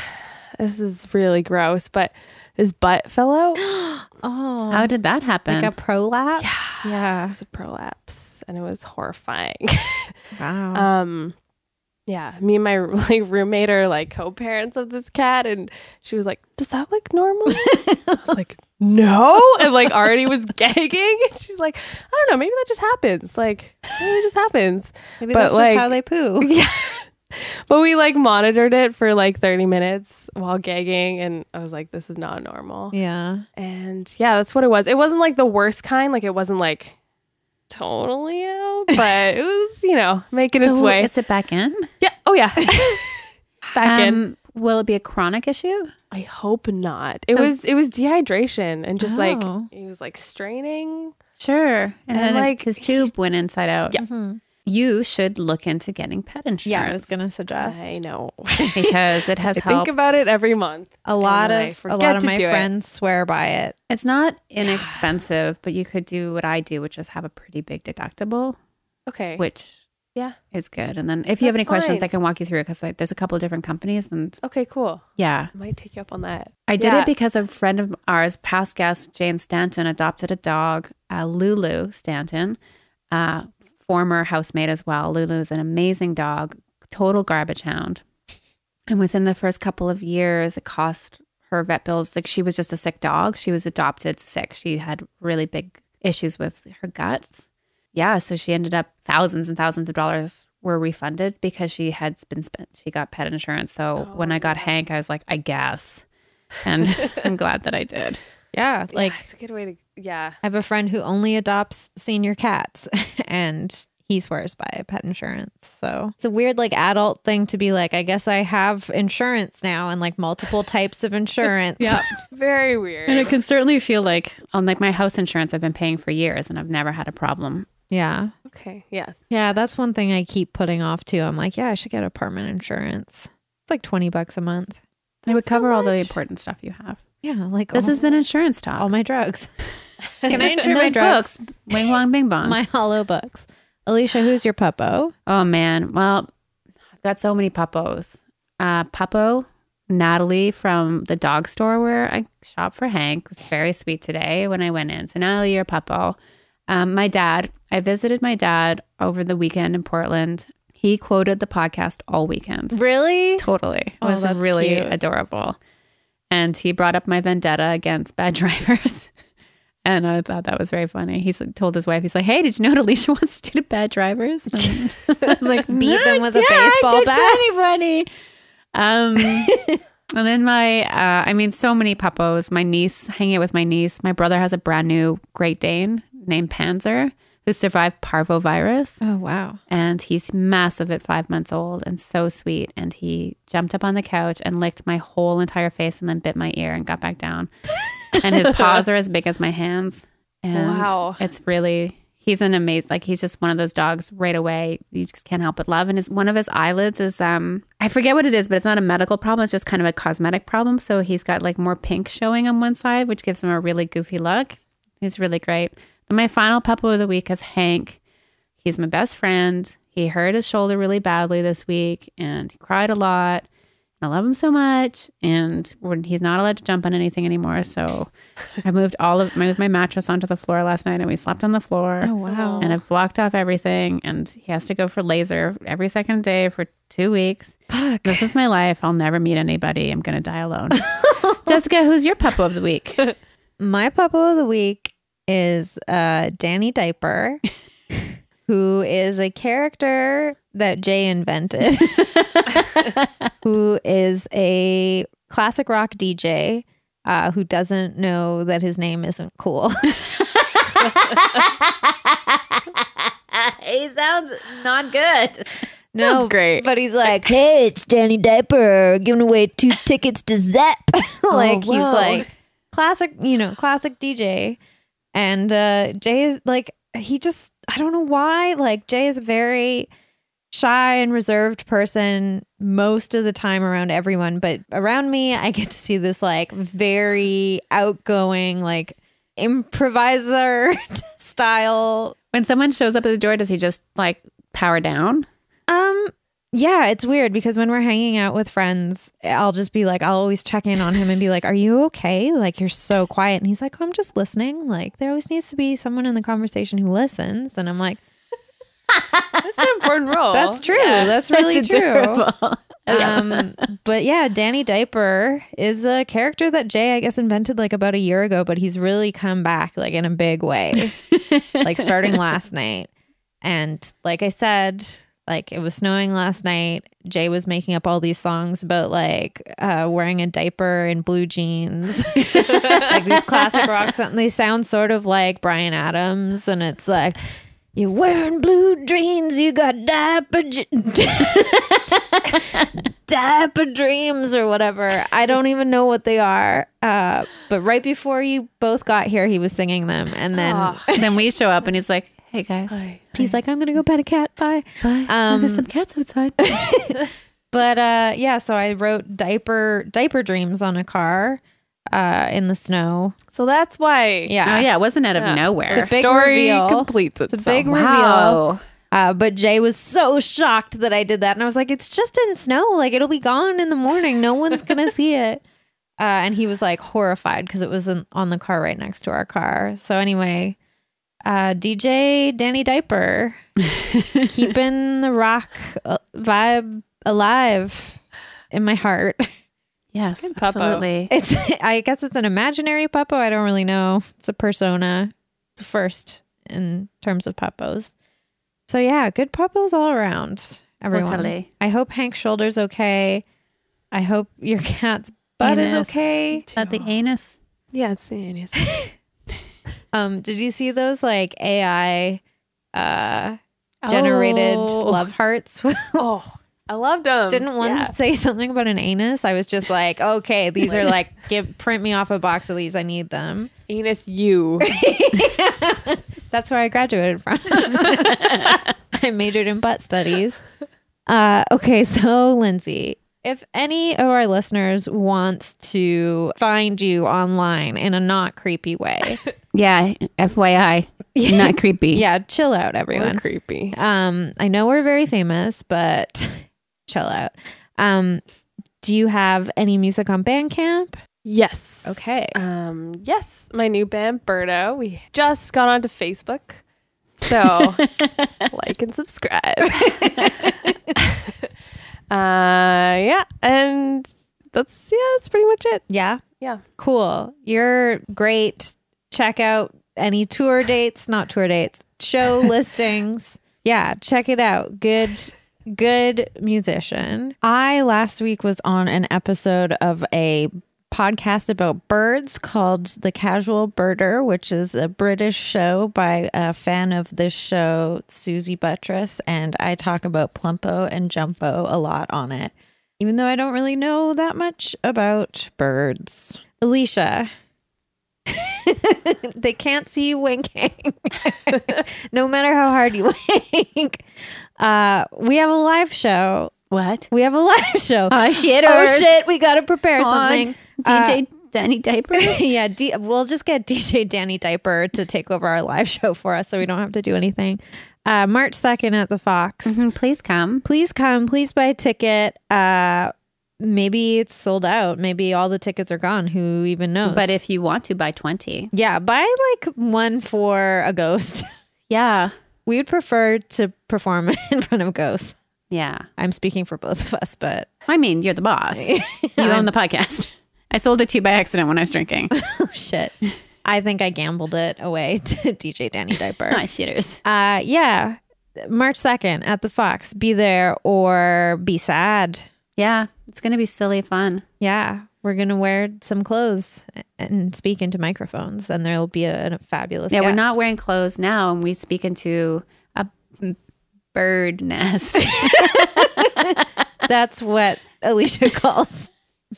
Speaker 3: this is really gross, but his butt fell
Speaker 1: <gasps>
Speaker 3: out.
Speaker 1: Oh.
Speaker 2: How did that happen?
Speaker 1: like
Speaker 3: Um,
Speaker 1: a prolapse?
Speaker 3: It
Speaker 1: Yeah.
Speaker 3: was a prolapse and it was horrifying. <laughs>
Speaker 1: Wow.
Speaker 3: um, yeah, me and my <laughs> like roommate are like co-parents of this cat, and she was like, "Does that
Speaker 1: <laughs>
Speaker 3: look normal?" I was like, "No," and like already was <laughs> gagging. And she's like, "I don't know, maybe that just happens. Like, maybe it just happens."
Speaker 1: Maybe
Speaker 3: but,
Speaker 1: that's
Speaker 3: like-
Speaker 1: just how they poo.
Speaker 3: Yeah. But we like monitored it for like 30 minutes while gagging, and I was like, "This is not normal."
Speaker 1: Yeah.
Speaker 3: And yeah, that's what it was. It wasn't like the worst kind. Like it wasn't like totally out, but it was, you know, making
Speaker 2: so
Speaker 3: its way.
Speaker 2: Is it back in?
Speaker 3: yeah. Oh yeah. It's back in.
Speaker 2: Um, will it be a chronic issue?
Speaker 3: I hope not. It
Speaker 2: So-
Speaker 3: was it was dehydration and just like
Speaker 1: Oh.
Speaker 3: he was like straining.
Speaker 2: Sure. And, then
Speaker 3: like,
Speaker 2: like his tube went inside out.
Speaker 3: Yeah.
Speaker 2: You should look into getting pet insurance.
Speaker 1: Yeah, I was going to suggest.
Speaker 3: I know. <laughs>
Speaker 2: because it has helped.
Speaker 3: Think about it every month.
Speaker 1: a lot
Speaker 3: then I
Speaker 1: of a
Speaker 3: forget
Speaker 1: lot of
Speaker 3: to
Speaker 1: my
Speaker 3: do it.
Speaker 1: friends swear by it.
Speaker 2: It's
Speaker 3: <sighs>
Speaker 2: not inexpensive, but you could do what I do, which is have a pretty big deductible,
Speaker 3: Okay.
Speaker 2: which
Speaker 3: Yeah.
Speaker 2: is good. And then if you have
Speaker 3: That's
Speaker 2: any questions,
Speaker 3: fine.
Speaker 2: I can walk you through it because like, there's a couple of different companies. And
Speaker 3: Okay, cool.
Speaker 2: yeah,
Speaker 3: I might take you up on that.
Speaker 2: I did
Speaker 3: Yeah.
Speaker 2: it because a friend of ours, past guest Jane Stanton, adopted a dog, uh, Lulu Stanton, uh, former housemate as well. Lulu is an amazing dog, total garbage hound. And within the first couple of years, it cost her vet bills. Like she was just a sick dog. She was adopted sick. She had really big issues with her guts. Yeah, so she ended up thousands and thousands of dollars were refunded because she had been spent. She got pet insurance. So when I got Hank, I was like, I guess and <laughs> I'm glad that I did.
Speaker 1: Yeah, like
Speaker 3: <sighs> Like it's a good way to yeah.
Speaker 1: I have a friend who only adopts senior cats <laughs> and he swears by pet insurance. So it's a weird, like, adult thing to be like, I guess I have insurance now and like multiple types of
Speaker 3: <laughs>
Speaker 1: insurance.
Speaker 2: <laughs>
Speaker 1: yeah.
Speaker 3: Very weird.
Speaker 2: And it can certainly feel like on like my house insurance I've been paying for years and I've never had a problem.
Speaker 1: Yeah.
Speaker 3: Okay. Yeah.
Speaker 1: Yeah. That's one thing I keep putting off too. I'm like, yeah, I should get apartment insurance. It's like 20 bucks a month.
Speaker 2: It would
Speaker 3: so
Speaker 2: cover all the
Speaker 3: much.
Speaker 2: important stuff you have. Oh.
Speaker 1: Yeah. Like,
Speaker 2: This
Speaker 1: all,
Speaker 2: has been insurance talk.
Speaker 1: all my drugs. <laughs> Can
Speaker 2: <laughs>
Speaker 1: I insure
Speaker 2: And
Speaker 1: my
Speaker 2: those
Speaker 1: drugs?
Speaker 2: books, Wing Wong Bing Bong.
Speaker 1: My hollow books. Alicia, who's your puppo?
Speaker 2: oh man, well, I've got so many puppos. Uh, Puppo, Natalie from the dog store where I shop for Hank was very sweet today when I went in. So Natalie, your puppo. Um, my dad, I visited my dad over the weekend in Portland. He quoted the podcast all weekend.
Speaker 1: Really?
Speaker 2: Totally. It
Speaker 1: Oh,
Speaker 2: was
Speaker 1: that's
Speaker 2: really
Speaker 1: cute.
Speaker 2: adorable. And he brought up my vendetta against bad <laughs> drivers. And I thought that was very funny. He told his wife, he's like, hey, did you know what Alicia <laughs> wants to do to bad drivers? And I was
Speaker 1: <laughs>
Speaker 2: like,
Speaker 1: Beat them with a
Speaker 2: yeah, I
Speaker 1: baseball
Speaker 2: did
Speaker 1: bat.
Speaker 2: to anybody. Um,
Speaker 1: <laughs>
Speaker 2: and then my, uh, I mean, so many puppos. My niece, hanging out with my niece. My brother has a brand new Great Dane named Panzer who survived parvovirus.
Speaker 1: Oh wow.
Speaker 2: And he's massive at five months old and so sweet. And he jumped up on the couch and licked my whole entire face and then bit my ear and got back down. and his paws are as big as my hands. And
Speaker 3: Wow.
Speaker 2: it's really, he's an amazing, like, he's just one of those dogs right away. You just can't help but love. And his, one of his eyelids is, um, I forget what it is, but it's not a medical problem. It's just kind of a cosmetic problem. So he's got like more pink showing on one side, which gives him a really goofy look. He's really great. And my final puppo of the week is Hank. He's my best friend. He hurt his shoulder really badly this week and he cried a lot. I love him so much. And we're- he's not allowed to jump on anything anymore.
Speaker 1: <laughs>
Speaker 2: So I moved all of moved my mattress onto the floor last night and we slept on the floor.
Speaker 1: Oh wow.
Speaker 2: And I've blocked off everything and he has to go for laser every second day for two weeks.
Speaker 1: Fuck.
Speaker 2: This is my life. I'll never meet anybody. I'm gonna
Speaker 1: <laughs>
Speaker 2: die alone. Jessica, who's your puppo of the week?
Speaker 1: My puppo of the week is uh, Danny <laughs> Diaper, who is a character that Jay <laughs> invented, who is a classic rock DJ uh, who doesn't know that his name isn't cool.
Speaker 2: he sounds not good.
Speaker 1: no,
Speaker 3: That's great.
Speaker 1: But he's like, hey, it's Danny Diaper giving away two tickets to Zep. <laughs> Oh, like he's
Speaker 3: whoa.
Speaker 1: like classic, you know, classic DJ. And uh, Jay is like, he just, I don't know why. Like Jay is a very shy and reserved person most of the time around everyone, but around me, I get to see this like very outgoing, like improviser <laughs> style
Speaker 2: When someone shows up at the door, does he just like power down?
Speaker 1: Um, yeah, it's weird because when we're hanging out with friends, I'll just be like, I'll always check in on him and be like, "Are you okay? Like you're so quiet." And he's like, oh, "I'm just listening." Like there always needs to be someone in the conversation who listens, and I'm like,
Speaker 3: That's an important role.
Speaker 1: "That's true. That's really
Speaker 2: It's
Speaker 1: true."
Speaker 2: adorable.
Speaker 1: Um, but yeah, Danny Diaper is a character that Jay, I guess, invented like about a year ago, but he's really come back like in a big way, like starting last night. And like I said, like it was snowing last night. Jay was making up all these songs about like uh, wearing a diaper and blue jeans, like these classic rock songs. They sound sort of like Brian Adams, and it's like. You're wearing blue jeans. You got diaper j- diaper dreams or whatever. I don't even know what they are. Uh, but right before you both got here, he was singing them, and then
Speaker 2: then we show up and he's like, "Hey guys,
Speaker 1: <laughs> he's like, "I'm gonna go pet a cat." Bye.
Speaker 2: Bye.
Speaker 1: Um,
Speaker 2: there's some cats <laughs> outside."
Speaker 1: But uh, yeah, so I wrote diaper diaper dreams on a car uh, in the snow.
Speaker 3: So that's why.
Speaker 1: Yeah,
Speaker 2: oh yeah, it wasn't out of nowhere.
Speaker 1: It's a big
Speaker 3: story
Speaker 1: reveal.
Speaker 3: completes
Speaker 1: It's a
Speaker 3: itself.
Speaker 1: big reveal.
Speaker 2: wow.
Speaker 1: Uh, but Jay was so shocked that I did that, and I was like, "It's just in snow. Like it'll be gone in the morning. No one's gonna see it." Uh, and he was like horrified because it was in, on the car right next to our car. So anyway, uh, DJ Danny Diaper keeping the rock uh, vibe alive in my heart.
Speaker 2: Yes,
Speaker 3: Good puppo.
Speaker 2: absolutely.
Speaker 1: It's <laughs> I guess it's an imaginary puppo. I don't really know. It's a persona. It's a first in terms of puppos. So yeah, good puppos all around. Everyone.
Speaker 2: Totally.
Speaker 1: I hope Hank's shoulder's okay. I hope your <laughs> cat's butt
Speaker 2: Anus.
Speaker 1: is okay.
Speaker 2: About the anus.
Speaker 3: Yeah, it's the anus. <laughs>
Speaker 1: Um, did you see those like AI uh generated
Speaker 2: Oh.
Speaker 1: love hearts? <laughs>
Speaker 3: oh, I loved them.
Speaker 1: Didn't one
Speaker 3: Yeah.
Speaker 1: say something about an anus? I was just like, okay, these are like give print me off a box of these. I need them.
Speaker 3: anus <laughs> you.
Speaker 1: That's where I graduated from. <laughs> I majored in butt studies. Uh, okay, so Lindsay, if any of our listeners wants to find you online in a not creepy <laughs> way,
Speaker 2: Yeah, FYI, <laughs> not creepy.
Speaker 1: yeah, chill out,
Speaker 3: We're
Speaker 1: everyone.
Speaker 3: creepy.
Speaker 1: Um, I know we're very famous, <laughs> but chill out. Um, do you have any music on Bandcamp?
Speaker 3: Yes.
Speaker 1: Okay.
Speaker 3: Um, yes, my new band Birdo. We just got onto Facebook. <laughs> So like and subscribe. <laughs> uh yeah, and that's yeah, that's pretty much it.
Speaker 1: Yeah.
Speaker 3: Yeah.
Speaker 1: Cool. You're great. Check out any tour dates, not tour dates, show listings. Yeah, check it out. Good good musician. I last week was on an episode of a podcast about birds called The Casual Birder, which is a British show by a fan of this show, Susie Buttress, and I talk about Plumpo and Jumpo a lot on it even though I don't really know that much about birds. Alicia, <laughs> they can't see you winking, <laughs> no matter how hard you <laughs> wink. Uh, we have a live show.
Speaker 2: What?
Speaker 1: We have a live <laughs> show.
Speaker 2: Oh shit!
Speaker 1: oh shit! We gotta prepare something. Uh,
Speaker 2: DJ Danny <laughs>
Speaker 1: <laughs>
Speaker 2: Diaper.
Speaker 1: yeah, D- we'll just get DJ Danny Diaper to take over our live show for us, so we don't have to do anything. Uh, March second at the Fox
Speaker 2: Mhm, Please come.
Speaker 1: please come please buy a ticket uh maybe it's sold out maybe all the tickets are gone who even knows
Speaker 2: But if you want to buy 20.
Speaker 1: yeah buy like one for a ghost <laughs>
Speaker 2: Yeah.
Speaker 1: we would prefer to perform <laughs> in front of ghosts
Speaker 2: Yeah.
Speaker 1: i'm speaking for both of us but <laughs>
Speaker 2: I mean, you're the boss. you own the podcast. I sold it to you by accident when I
Speaker 1: <laughs>
Speaker 2: was drinking.
Speaker 1: oh shit i think i gambled it away <laughs> to dj danny diaper
Speaker 2: My shitters.
Speaker 1: uh yeah march 2nd at the fox be there or be sad
Speaker 2: Yeah. It's going to be silly fun.
Speaker 1: Yeah, we're gonna wear some clothes and speak into microphones, and there'll be a, a fabulous.
Speaker 2: Yeah. We're
Speaker 1: guest.
Speaker 2: not wearing clothes now and we speak into a bird <laughs> nest.
Speaker 1: That's what
Speaker 2: <laughs>
Speaker 1: Alicia calls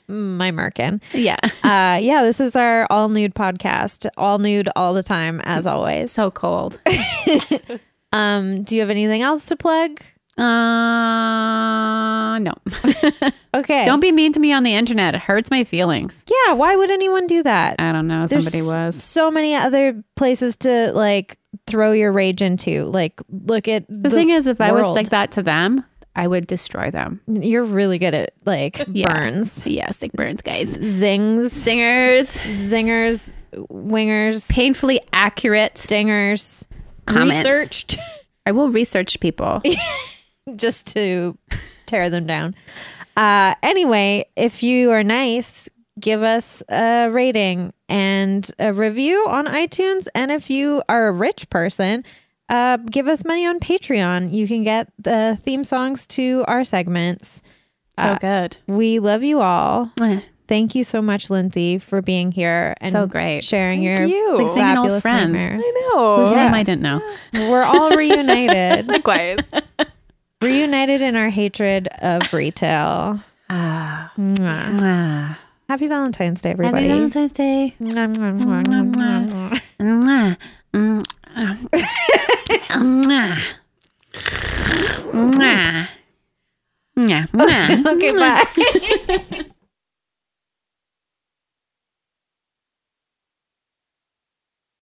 Speaker 1: my merkin.
Speaker 2: yeah.
Speaker 1: Uh, yeah, this is our all nude podcast, all nude all the time, as always.
Speaker 2: So cold.
Speaker 1: Um, do you have anything else to plug?
Speaker 2: Uh, no. <laughs>
Speaker 1: Okay,
Speaker 2: Don't be mean to me on the internet. It hurts my feelings.
Speaker 1: Yeah, why would anyone do that?
Speaker 2: I don't know.
Speaker 1: There's
Speaker 2: Somebody was.
Speaker 1: so many other places to like throw your rage into. Like, look at
Speaker 2: The, thing is, if I was
Speaker 1: world.
Speaker 2: like that to them, I would destroy them.
Speaker 1: You're really good at like
Speaker 2: Yeah.
Speaker 1: burns,
Speaker 2: Yeah, stick burns, guys.
Speaker 1: zings.
Speaker 2: Singers,
Speaker 1: zingers, wingers,
Speaker 2: painfully accurate.
Speaker 1: dingers,
Speaker 2: Comments.
Speaker 1: researched <laughs>
Speaker 2: I will research <laughs> people.
Speaker 1: just to tear them down. Uh, anyway, if you are nice, give us a rating and a review on iTunes. And if you are a rich person, uh, give us money on Patreon. You can get the theme songs to our segments. Uh,
Speaker 2: So good.
Speaker 1: We love you all.
Speaker 2: Eh,
Speaker 1: Thank you so much, Lindsay, for being here and
Speaker 2: So great.
Speaker 1: sharing your
Speaker 3: Thank you.
Speaker 2: Like singing old
Speaker 1: fabulous
Speaker 2: friends.
Speaker 1: nightmares.
Speaker 2: Whose
Speaker 3: No.
Speaker 2: name I didn't know.
Speaker 1: We're all reunited. <laughs>
Speaker 3: Likewise.
Speaker 1: reunited in our hatred of retail.
Speaker 2: Ah,
Speaker 1: Mwah.
Speaker 2: mwah.
Speaker 1: Happy Valentine's Day,
Speaker 2: Happy
Speaker 1: everybody.
Speaker 2: Valentine's Day.
Speaker 1: Mwah, mwah, mwah, mwah, mwah, mwah.
Speaker 2: Mwah. Mm, ah. Mwah. Mwah. Mwah. Mwah.
Speaker 1: Okay, bye.